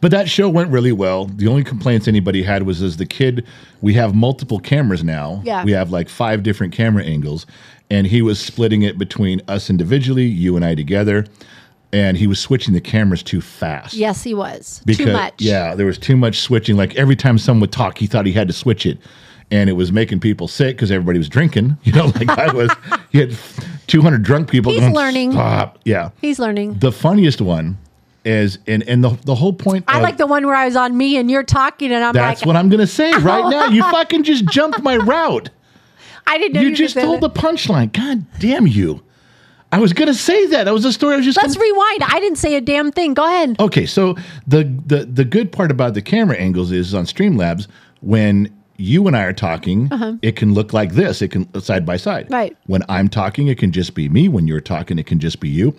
Speaker 4: But that show went really well. The only complaints anybody had was as the kid, we have multiple cameras now.
Speaker 3: Yeah.
Speaker 4: We have like five different camera angles. And he was splitting it between us individually, you and I together. And he was switching the cameras too fast.
Speaker 3: Yes, he was
Speaker 4: Because,
Speaker 3: too much.
Speaker 4: Yeah, there was too much switching. Like every time someone would talk, he thought he had to switch it. And it was making people sick because everybody was drinking. You know, like I was. He had 200 drunk people.
Speaker 3: He's
Speaker 4: going,
Speaker 3: learning.
Speaker 4: Stop. Yeah.
Speaker 3: he's learning.
Speaker 4: The funniest one is, and, and the, the whole point
Speaker 3: I
Speaker 4: of-
Speaker 3: like the one where I was on me and you're talking, and I'm
Speaker 4: uh, that's
Speaker 3: like,
Speaker 4: what I'm gonna say right now. You fucking just jumped my route.
Speaker 3: I didn't know
Speaker 4: You
Speaker 3: you,
Speaker 4: just
Speaker 3: did
Speaker 4: told the
Speaker 3: that.
Speaker 4: punchline. God damn you! I was gonna say that. That was a story. I was just
Speaker 3: Let's
Speaker 4: gonna-
Speaker 3: rewind. I didn't say a damn thing. Go ahead.
Speaker 4: okay. So the the the good part about the camera angles is on Streamlabs when you and I are talking, it can look like this. It can side by side.
Speaker 3: Uh-huh. Right.
Speaker 4: When I'm talking, it can just be me. When you're talking, it can just be you.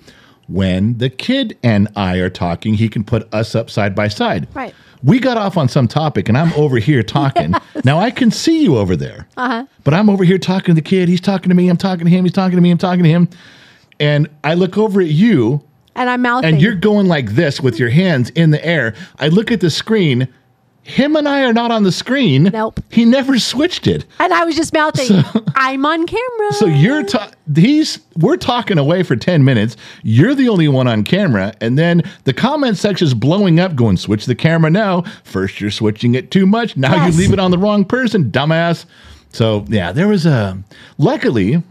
Speaker 4: When the kid and I are talking, he can put us up side by side.
Speaker 3: Right.
Speaker 4: We got off on some topic, and I'm over here talking. Now I can see you over there, uh-huh. but I'm over here talking to the kid. He's talking to me. I'm talking to him. He's talking to me. I'm talking to him. And I look over at you,
Speaker 3: And I'm mouthing.
Speaker 4: and you're going like this with your hands in the air. I look at the screen. Him and I are not on the screen.
Speaker 3: Nope.
Speaker 4: He never switched it.
Speaker 3: and I was just mouthing. I'm on camera.
Speaker 4: So you're ta- he's we're talking away for 10 minutes. You're the only one on camera and then the comment section's blowing up going switch the camera now. First you're switching it too much. Now
Speaker 3: Yes.
Speaker 4: you leave it on the wrong person, dumbass. So, yeah, there was a luckily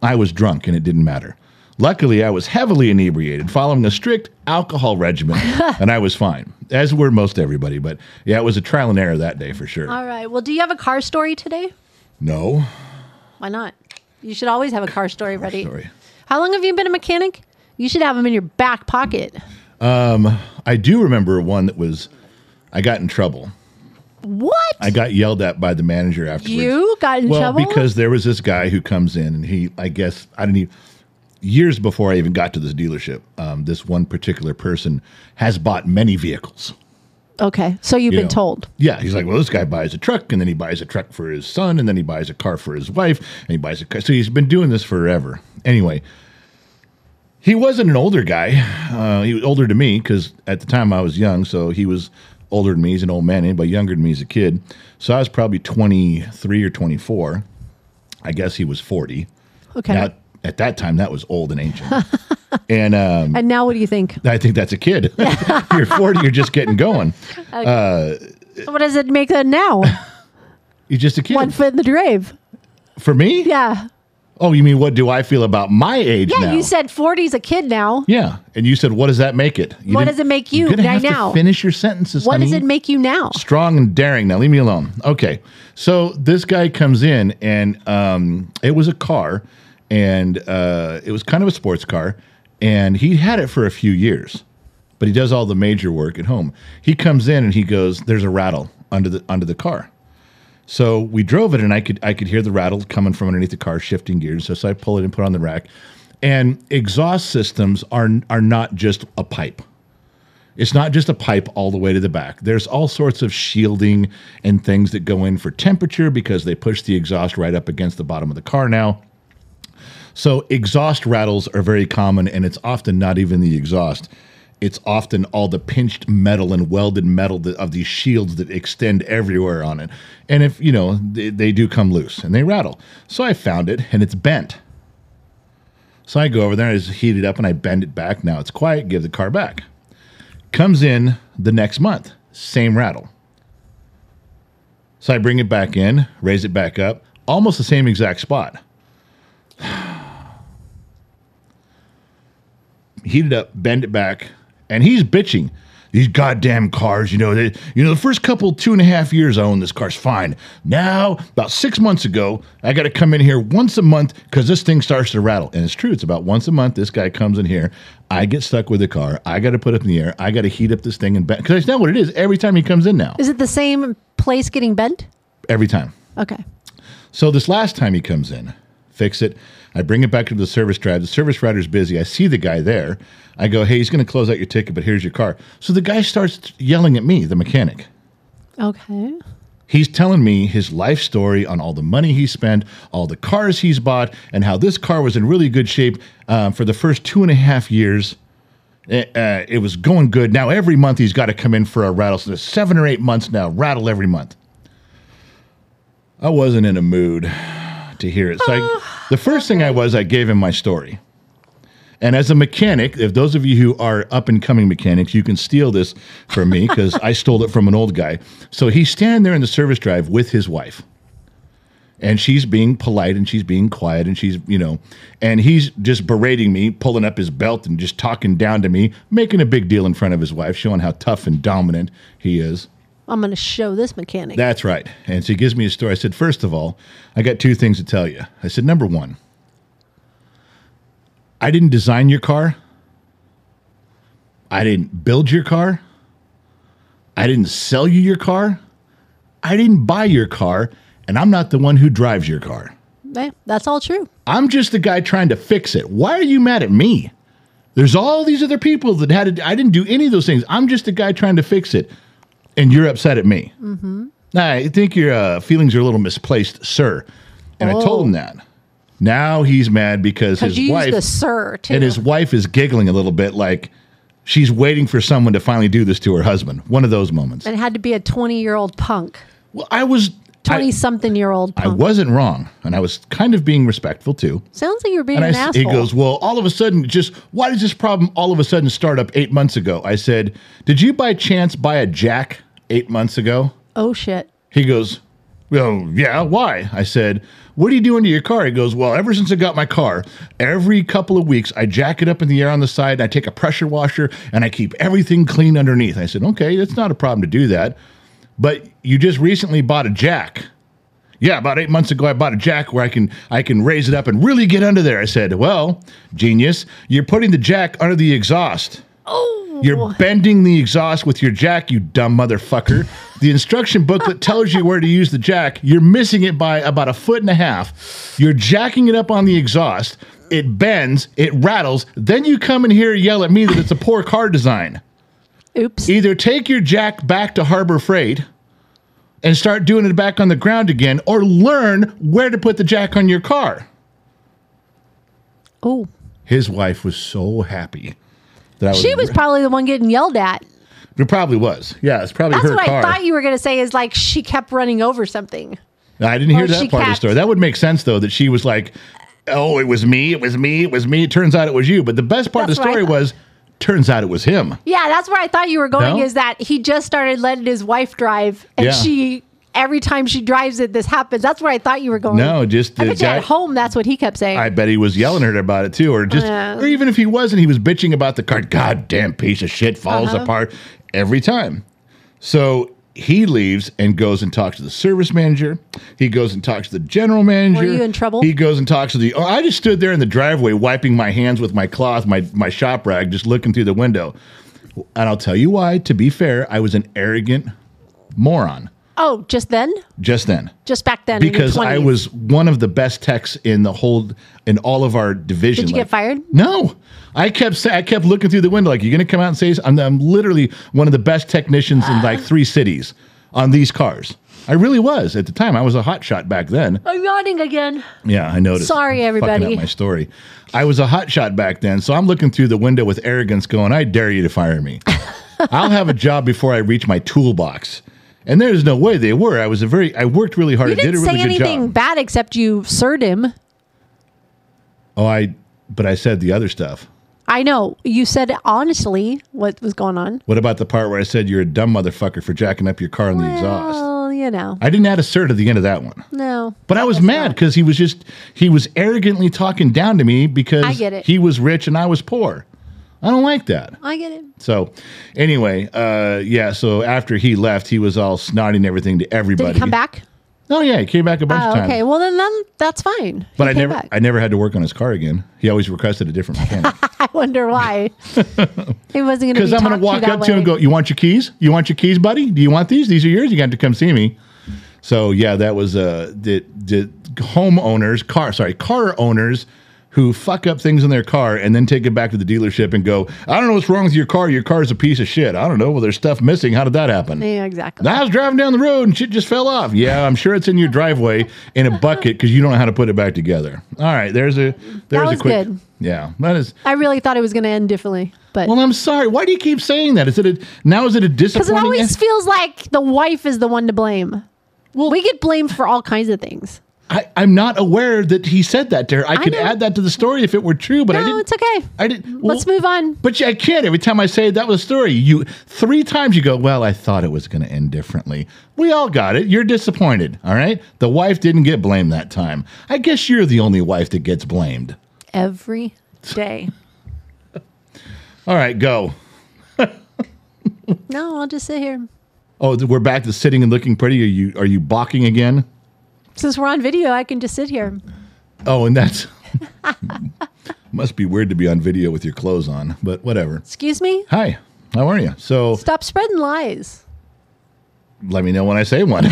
Speaker 4: I was drunk and it didn't matter. Luckily, I was heavily inebriated, following a strict alcohol regimen, and I was fine, as were most everybody. But yeah, it was a trial and error that day for sure.
Speaker 3: All right. Well, do you have a car story today?
Speaker 4: No,
Speaker 3: Why not? You should always have a car story ready.
Speaker 4: sorry.
Speaker 3: How long have you been a mechanic? You should have them in your back pocket.
Speaker 4: I do remember one that was I got in trouble.
Speaker 3: What?
Speaker 4: I got yelled at by the manager afterwards.
Speaker 3: you got in
Speaker 4: well,
Speaker 3: trouble?
Speaker 4: because there was this guy who comes in and he, I guess, I didn't even, years before I even got to this dealership, um, this one particular person has bought many vehicles.
Speaker 3: okay. So you've
Speaker 4: you
Speaker 3: been
Speaker 4: know.
Speaker 3: told.
Speaker 4: Yeah, he's like, well, this guy buys a truck, and then he buys a truck for his son, and then he buys a car for his wife, and he buys a car. So he's been doing this forever. Anyway, he wasn't an older guy. Uh, he was older to me because at the time I was young, so he was older than me. He's an old man. Anybody younger than me is a kid. So I was probably twenty three or twenty four. I guess he was forty.
Speaker 3: Okay.
Speaker 4: Now, at that time, that was old and ancient. and um,
Speaker 3: and now what do you think?
Speaker 4: I think that's a kid. you're forty. You're just getting going.
Speaker 3: What does it make that now?
Speaker 4: You're just a kid.
Speaker 3: One foot in the grave.
Speaker 4: For me?
Speaker 3: Yeah.
Speaker 4: Oh, you mean what do I feel about my age
Speaker 3: Yeah,
Speaker 4: now?
Speaker 3: you said 40's a kid now.
Speaker 4: yeah, and you said what does that make it? You
Speaker 3: What
Speaker 4: didn't-
Speaker 3: does it make you
Speaker 4: You're gonna
Speaker 3: right
Speaker 4: have to
Speaker 3: now?
Speaker 4: finish your sentences.
Speaker 3: What does
Speaker 4: honey.
Speaker 3: it make you now?
Speaker 4: Strong and daring. Now leave me alone. Okay, so this guy comes in and um, it was a car, and uh, it was kind of a sports car, and he had it for a few years, but he does all the major work at home. He comes in and he goes, "There's a rattle under the under the car." So we drove it, and I could I could hear the rattle coming from underneath the car, shifting gears. So, so I pull it and put it on the rack. And exhaust systems are are not just a pipe. It's not just a pipe all the way to the back. There's all sorts of shielding and things that go in for temperature because they push the exhaust right up against the bottom of the car now. So exhaust rattles are very common, and it's often not even the exhaust. It's often all the pinched metal and welded metal that, of these shields that extend everywhere on it. And if you know, they, they do come loose and they rattle. So I found it, and it's bent. So I go over there, and I just heat it up, and I bend it back. Now it's quiet. Give the car back. Comes in the next month, same rattle. So I bring it back in, raise it back up, almost the same exact spot. heat it up, bend it back, and he's bitching. These goddamn cars, you know, they, you know, the first couple two and a half years I owned this car's fine. Now, about six months ago, I got to come in here once a month because this thing starts to rattle. And it's true, it's about once a month. This guy comes in here. I get stuck with the car. I got to put it in the air. I got to heat up this thing and bend because that's not what it is. Every time he comes in now,
Speaker 3: Is it the same place getting bent?
Speaker 4: every time.
Speaker 3: Okay.
Speaker 4: So this last time he comes in, fix it. I bring it back to the service drive. The service rider's busy. I see the guy there. I go, hey, he's going to close out your ticket, but here's your car. So the guy starts yelling at me, the mechanic.
Speaker 3: Okay.
Speaker 4: He's telling me his life story on all the money he spent, all the cars he's bought, and how this car was in really good shape um, for the first two and a half years. Eh, uh, it was going good. Now every month he's got to come in for a rattle. So there's seven or eight months now. Rattle every month. I wasn't in a mood to hear it. So I, the first thing I was, I gave him my story. And as a mechanic, if those of you who are up and coming mechanics, you can steal this from me because I stole it from an old guy. So he's standing there in the service drive with his wife. And she's being polite and she's being quiet and she's, you know, and he's just berating me, pulling up his belt and just talking down to me, making a big deal in front of his wife, showing how tough and dominant he is.
Speaker 3: I'm going to show this mechanic.
Speaker 4: That's right. And she gives me a story. I said, first of all, I got two things to tell you. I said, number one, I didn't design your car. I didn't build your car. I didn't sell you your car. I didn't buy your car. And I'm not the one who drives your car.
Speaker 3: Eh, that's all true.
Speaker 4: I'm just the guy trying to fix it. Why are you mad at me? There's all these other people that had to, I didn't do any of those things. I'm just the guy trying to fix it. And you're upset at me. Mm-hmm. I think your uh, feelings are a little misplaced, sir. And I told him that. Now he's mad because
Speaker 3: Because
Speaker 4: his
Speaker 3: Oh. you
Speaker 4: wife
Speaker 3: use the sir, too.
Speaker 4: and his wife is giggling a little bit, like she's waiting for someone to finally do this to her husband. One of those moments.
Speaker 3: And it had to be a 20 year old punk,
Speaker 4: Well, I was,
Speaker 3: 20 something year old
Speaker 4: I
Speaker 3: punk.
Speaker 4: wasn't wrong, and I was kind of being respectful too.
Speaker 3: Sounds like you were being
Speaker 4: And I
Speaker 3: an
Speaker 4: s-
Speaker 3: asshole.
Speaker 4: he goes, well, all of a sudden, just why does this problem all of a sudden start up eight months ago? I said, did you by chance buy a jack eight months ago?
Speaker 3: oh shit.
Speaker 4: He goes, Well, yeah, why? I said, What are you doing to your car? He goes, Well, ever since I got my car, every couple of weeks I jack it up in the air on the side, and I take a pressure washer, and I keep everything clean underneath. I said, Okay, it's not a problem to do that. But you just recently bought a jack. Yeah, about eight months ago, I bought a jack where I can I can raise it up and really get under there. I said, "Well, genius, you're putting the jack under the exhaust. You're bending the exhaust with your jack, you dumb motherfucker. The instruction booklet tells you where to use the jack. You're missing it by about a foot and a half. You're jacking it up on the exhaust. It bends, it rattles. Then you come in here and yell at me that it's a poor car design.
Speaker 3: Oops.
Speaker 4: Either take your jack back to Harbor Freight and start doing it back on the ground again, or learn where to put the jack on your car.
Speaker 3: oh.
Speaker 4: His wife was so happy that I was.
Speaker 3: She was probably the one getting yelled at.
Speaker 4: It probably was. Yeah, it's probably
Speaker 3: That's
Speaker 4: her
Speaker 3: what
Speaker 4: car.
Speaker 3: I thought you were going to say is like she kept running over something.
Speaker 4: No, I didn't hear
Speaker 3: Or
Speaker 4: that
Speaker 3: she
Speaker 4: part of the
Speaker 3: kept-
Speaker 4: story. That would make sense though that she was like, "Oh, it was me, it was me, it was me." It turns out it was you. But the best part
Speaker 3: That's
Speaker 4: of the
Speaker 3: what I
Speaker 4: story
Speaker 3: thought.
Speaker 4: was, turns out it was him.
Speaker 3: Yeah, that's where I thought you were going
Speaker 4: No?
Speaker 3: is that he just started letting his wife drive and
Speaker 4: Yeah.
Speaker 3: she every time she drives it this happens. That's where I thought you were going.
Speaker 4: No, just
Speaker 3: I
Speaker 4: the
Speaker 3: bet you
Speaker 4: guy-
Speaker 3: at home that's what he kept saying.
Speaker 4: I bet he was yelling at her about it too, or just,
Speaker 3: Yeah.
Speaker 4: or even if he wasn't, he was bitching about the car. Goddamn piece of shit falls
Speaker 3: Uh-huh.
Speaker 4: apart every time. So he leaves and goes and talks to the service manager. He goes and talks to the general manager.
Speaker 3: you in trouble?
Speaker 4: He goes and talks to the. Oh, I just stood there in the driveway, wiping my hands with my cloth, my my shop rag, just looking through the window. And I'll tell you why. To be fair, I was an arrogant moron
Speaker 3: oh, just then?
Speaker 4: just then
Speaker 3: Just back then. in your
Speaker 4: because I
Speaker 3: 20s.
Speaker 4: was one of the best techs in the whole in all of our division.
Speaker 3: Did you get fired?
Speaker 4: No, I kept sa- I kept looking through the window like you're gonna come out and say this?" I'm, I'm literally one of the best technicians in like three cities on these cars. I really was at the time. I was a hot shot back then.
Speaker 3: I'm yawning again.
Speaker 4: Yeah, I noticed.
Speaker 3: Sorry,
Speaker 4: I'm fucking
Speaker 3: everybody.
Speaker 4: Up my story. I was a hot shot back then, so I'm looking through the window with arrogance, going, "I dare you to fire me. I'll have a job before I reach my toolbox." And there's no way they were. I was a very. I worked really hard.
Speaker 3: You
Speaker 4: I did
Speaker 3: didn't
Speaker 4: a really
Speaker 3: say
Speaker 4: good
Speaker 3: anything
Speaker 4: job.
Speaker 3: bad except you served him.
Speaker 4: Oh, I. But I said the other stuff.
Speaker 3: I know. You said honestly what was going on.
Speaker 4: What about the part where I said you're a dumb motherfucker for jacking up your car in the exhaust?
Speaker 3: Well, you know.
Speaker 4: I didn't add a cert at the end of that one.
Speaker 3: No.
Speaker 4: But I was mad because he was just he was arrogantly talking down to me because
Speaker 3: I get it.
Speaker 4: he was rich and I was poor. I don't like that.
Speaker 3: I get it.
Speaker 4: So anyway, uh yeah, so after he left, he was all snotting everything to
Speaker 3: Did
Speaker 4: everybody.
Speaker 3: he come back?
Speaker 4: Oh yeah, he came back a bunch of
Speaker 3: Oh,
Speaker 4: times.
Speaker 3: okay. Well, then, then that's fine.
Speaker 4: but
Speaker 3: He
Speaker 4: I
Speaker 3: came
Speaker 4: never
Speaker 3: back.
Speaker 4: I never had to work on his car again. He always requested a different mechanic.
Speaker 3: I wonder why. it wasn't going to be.
Speaker 4: Because I'm going to
Speaker 3: talked
Speaker 4: walk
Speaker 3: that
Speaker 4: up to him and
Speaker 3: way.
Speaker 4: go, You want your keys? You want your keys, buddy? Do you want these? These are yours. You got to come see me. So yeah, that was uh, the the homeowners car sorry car owners who fuck up things in their car and then take it back to the dealership and go, I don't know what's wrong with your car. Your car's a piece of shit. I don't know. Well, there's stuff missing. How did that happen?
Speaker 3: Yeah, exactly.
Speaker 4: I was driving down the road and shit just fell off. Yeah, I'm sure it's in your driveway in a bucket because you don't know how to put it back together. All right, there's a there's
Speaker 3: was
Speaker 4: a quick
Speaker 3: good.
Speaker 4: yeah. That is
Speaker 3: I really thought it was going to end differently, but
Speaker 4: well. I'm sorry. Why do you keep saying that? Is it a, now? Is it a
Speaker 3: because
Speaker 4: disappointing?
Speaker 3: it always
Speaker 4: end?
Speaker 3: feels like the wife is the one to blame. Well, we get blamed for all kinds of things.
Speaker 4: I, I'm not aware that he said that to her. I, could
Speaker 3: know.
Speaker 4: add that to the story if it were true, but I
Speaker 3: No,
Speaker 4: didn't.
Speaker 3: it's okay.
Speaker 4: I didn't. well,
Speaker 3: Let's move on.
Speaker 4: But yeah, I can't. Every time I say that was a story, you three times you go, Well, I thought it was going to end differently. We all got it. You're disappointed. All right. The wife didn't get blamed that time. I guess you're the only wife that gets blamed.
Speaker 3: Every day.
Speaker 4: All right, go.
Speaker 3: No, I'll just sit here.
Speaker 4: Oh, th- we're back to sitting and looking pretty. Are you are you balking again?
Speaker 3: Since we're on video, I can just sit here.
Speaker 4: Oh, and that's must be weird to be on video with your clothes on, but whatever.
Speaker 3: Excuse me?
Speaker 4: Hi, how are you? So
Speaker 3: Stop spreading lies.
Speaker 4: let me know when I say one.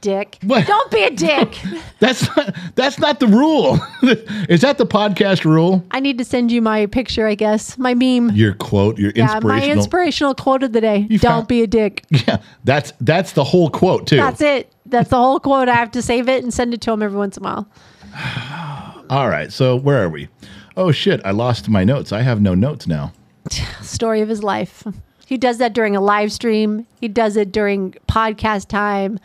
Speaker 3: Dick.
Speaker 4: What?
Speaker 3: Don't be a dick.
Speaker 4: that's not, that's not the rule. Is that the podcast rule?
Speaker 3: I need to send you my picture, I guess. My meme.
Speaker 4: Your quote, your
Speaker 3: yeah, my
Speaker 4: inspirational.
Speaker 3: inspirational quote of the day.
Speaker 4: You
Speaker 3: Don't
Speaker 4: found-
Speaker 3: be a dick.
Speaker 4: yeah, that's that's the whole quote too.
Speaker 3: That's it. That's the whole quote. I have to save it and send it to him every once in a while.
Speaker 4: All right, so where are we? Oh shit, I lost my notes. I have no notes now.
Speaker 3: Story of his life. He does that during a live stream. He does it during podcast time.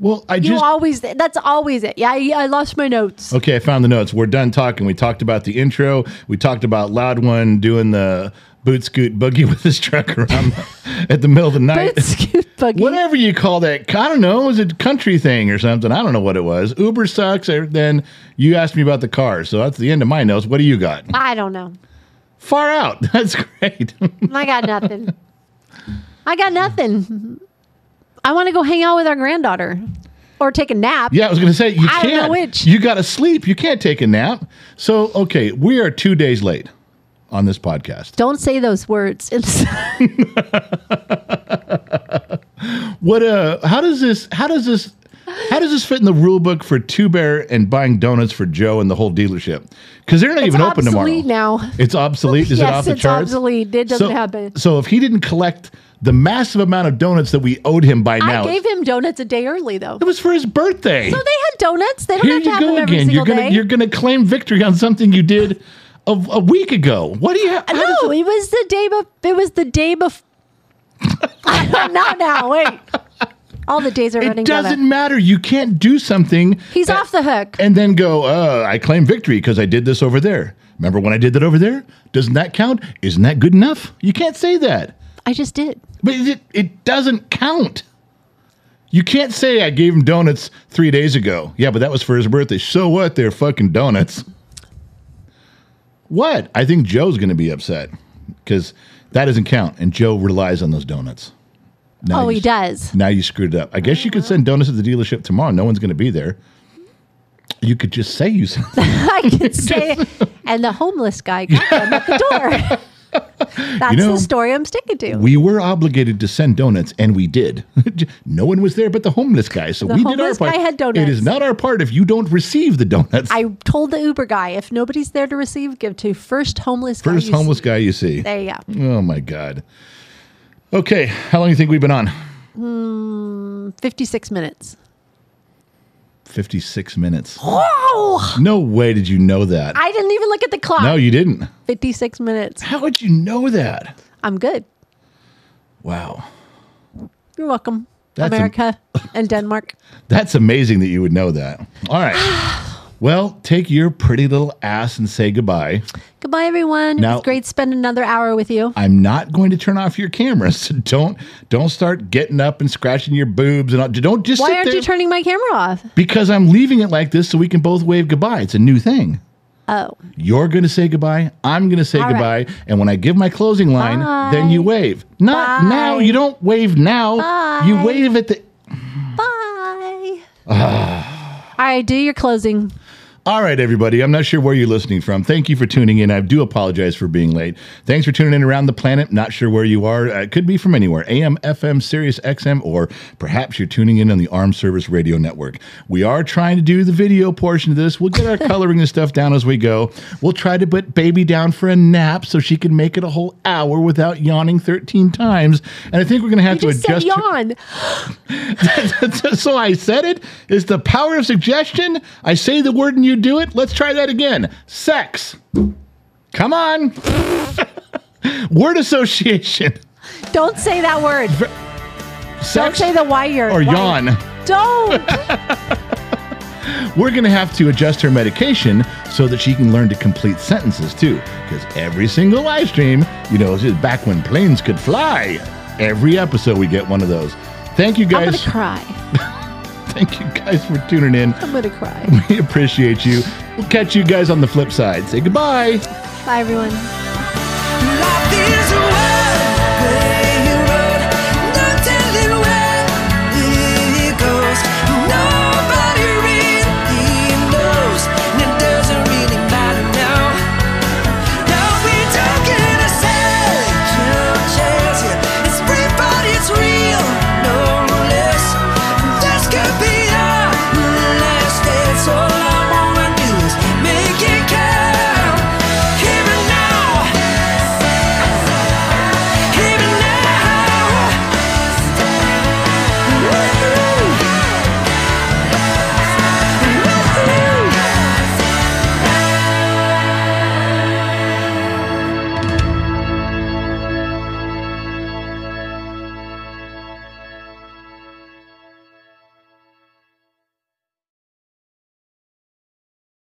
Speaker 4: Well, I
Speaker 3: You
Speaker 4: just
Speaker 3: always, that's always it. Yeah, I, I lost my notes.
Speaker 4: Okay, I found the notes. We're done talking. We talked about the intro. We talked about Loud One doing the boot scoot boogie with his truck around the- at the middle of the night.
Speaker 3: But it's buggy.
Speaker 4: Whatever you call that, I don't know. It was a country thing or something. I don't know what it was. Uber sucks. or- Then you asked me about the car, so that's the end of my notes. What do you got?
Speaker 3: I don't know.
Speaker 4: Far out. That's great.
Speaker 3: I got nothing. I got nothing. I want to go hang out with our granddaughter or take a nap.
Speaker 4: yeah, I was gonna say you
Speaker 3: I
Speaker 4: can't.
Speaker 3: don't know which.
Speaker 4: You got to sleep. You can't take a nap. So okay, we are two days late on this podcast.
Speaker 3: Don't say those words. It's-
Speaker 4: What uh how does this how does this how does this fit in the rule book for Two Bear and buying donuts for Joe and the whole dealership? Because they're not
Speaker 3: It's
Speaker 4: even open tomorrow.
Speaker 3: obsolete now.
Speaker 4: It's obsolete. Is it
Speaker 3: Yes,
Speaker 4: off the
Speaker 3: it's
Speaker 4: charts?
Speaker 3: obsolete. It doesn't
Speaker 4: so,
Speaker 3: happen.
Speaker 4: So if he didn't collect the massive amount of donuts that we owed him by
Speaker 3: I
Speaker 4: now,
Speaker 3: gave him donuts a day early, though.
Speaker 4: it was for his birthday.
Speaker 3: So they had donuts. They don't
Speaker 4: Here
Speaker 3: have to
Speaker 4: you
Speaker 3: have them
Speaker 4: go
Speaker 3: every
Speaker 4: again. You're
Speaker 3: single
Speaker 4: gonna
Speaker 3: day.
Speaker 4: you're gonna claim victory on something you did a, a week ago. What do you? How does
Speaker 3: no,
Speaker 4: it-
Speaker 3: it was the day before. It was the day before. I don't know now. Wait. All the days are
Speaker 4: it
Speaker 3: running
Speaker 4: doesn't uh,
Speaker 3: together.
Speaker 4: matter. You can't do something.
Speaker 3: He's
Speaker 4: that-
Speaker 3: off the hook.
Speaker 4: and then go, uh, I claim victory because I did this over there. Remember when I did that over there? Doesn't that count? Isn't that good enough? You can't say that.
Speaker 3: I just did.
Speaker 4: But it, it doesn't count. You can't say I gave him donuts three days ago. Yeah, but that was for his birthday. So what? They're fucking donuts. What? I think Joe's going to be upset because that doesn't count. And Joe relies on those donuts. Now
Speaker 3: oh,
Speaker 4: you
Speaker 3: he
Speaker 4: s-
Speaker 3: does.
Speaker 4: Now you screwed it up. I guess you could send donuts to the dealership tomorrow. No one's going to be there. You could just say you sent
Speaker 3: I can say it. And the homeless guy got them at the door. That's
Speaker 4: You know,
Speaker 3: the story I'm sticking to.
Speaker 4: We were obligated to send donuts, and we did. no one was there but the homeless guy, so
Speaker 3: The
Speaker 4: we did our
Speaker 3: homeless
Speaker 4: part.
Speaker 3: guy had donuts.
Speaker 4: It is not our part if you don't receive the donuts.
Speaker 3: I told the Uber guy, if nobody's there to receive, give to first homeless guy.
Speaker 4: First
Speaker 3: you um, see."
Speaker 4: homeless guy you see.
Speaker 3: There you go.
Speaker 4: Oh my god. Okay, how long do you think we've been on?
Speaker 3: 56 minutes.
Speaker 4: Fifty-six minutes.
Speaker 3: Oh,
Speaker 4: No way did you know that.
Speaker 3: I didn't even look at the clock.
Speaker 4: no, you didn't.
Speaker 3: 56 minutes.
Speaker 4: How would you know that?
Speaker 3: I'm good.
Speaker 4: Wow,
Speaker 3: You're welcome,
Speaker 4: That's a-
Speaker 3: America and Denmark.
Speaker 4: that's amazing that you would know that. All right. Well, take your pretty little ass and say goodbye.
Speaker 3: Goodbye, everyone. it
Speaker 4: Now-
Speaker 3: was great spending another hour with you.
Speaker 4: I'm not going to turn off your camera. So don't don't start getting up and scratching your boobs and all, don't just
Speaker 3: Why
Speaker 4: sit
Speaker 3: aren't
Speaker 4: there
Speaker 3: you turning my camera off?
Speaker 4: because I'm leaving it like this so we can both wave goodbye. It's a new thing.
Speaker 3: Oh,
Speaker 4: You're going to say goodbye. I'm going to say
Speaker 3: All
Speaker 4: goodbye.
Speaker 3: right.
Speaker 4: And when I give my closing line, then
Speaker 3: Bye.
Speaker 4: you wave. Not
Speaker 3: Bye.
Speaker 4: now. You don't wave now. You wave at the. Ah.
Speaker 3: bye. All right, do your closing.
Speaker 4: All right, everybody. I'm not sure where you're listening from. Thank you for tuning in. I do apologize for being late. Thanks for tuning in around the planet. Not sure where you are. Uh, It could be from anywhere AM, FM, Sirius XM, or perhaps you're tuning in on the Armed Service Radio Network. We are trying to do the video portion of this. We'll get our coloring and stuff down as we go. We'll try to put baby down for a nap so she can make it a whole hour without yawning 13 times. And I think we're going to have
Speaker 3: You
Speaker 4: to
Speaker 3: just said
Speaker 4: adjust. her-
Speaker 3: yawn.
Speaker 4: so I said it is the power of suggestion. I say the word and you do it. Let's try that again. Sex. Come on. word association.
Speaker 3: Don't say that word. Don't
Speaker 4: Sex
Speaker 3: say the wire.
Speaker 4: or
Speaker 3: Wire.
Speaker 4: yawn.
Speaker 3: Don't.
Speaker 4: We're going to have to adjust her medication so that she can learn to complete sentences too. Because every single live stream, you know, this is back when planes could fly. Every episode we get one of those. Thank you
Speaker 3: I'm gonna
Speaker 4: guys.
Speaker 3: cry.
Speaker 4: Thank you guys for tuning in.
Speaker 3: I'm gonna cry.
Speaker 4: We appreciate you. We'll catch you guys on the flip side. Say goodbye.
Speaker 3: Bye, everyone.
Speaker 2: Life is a way.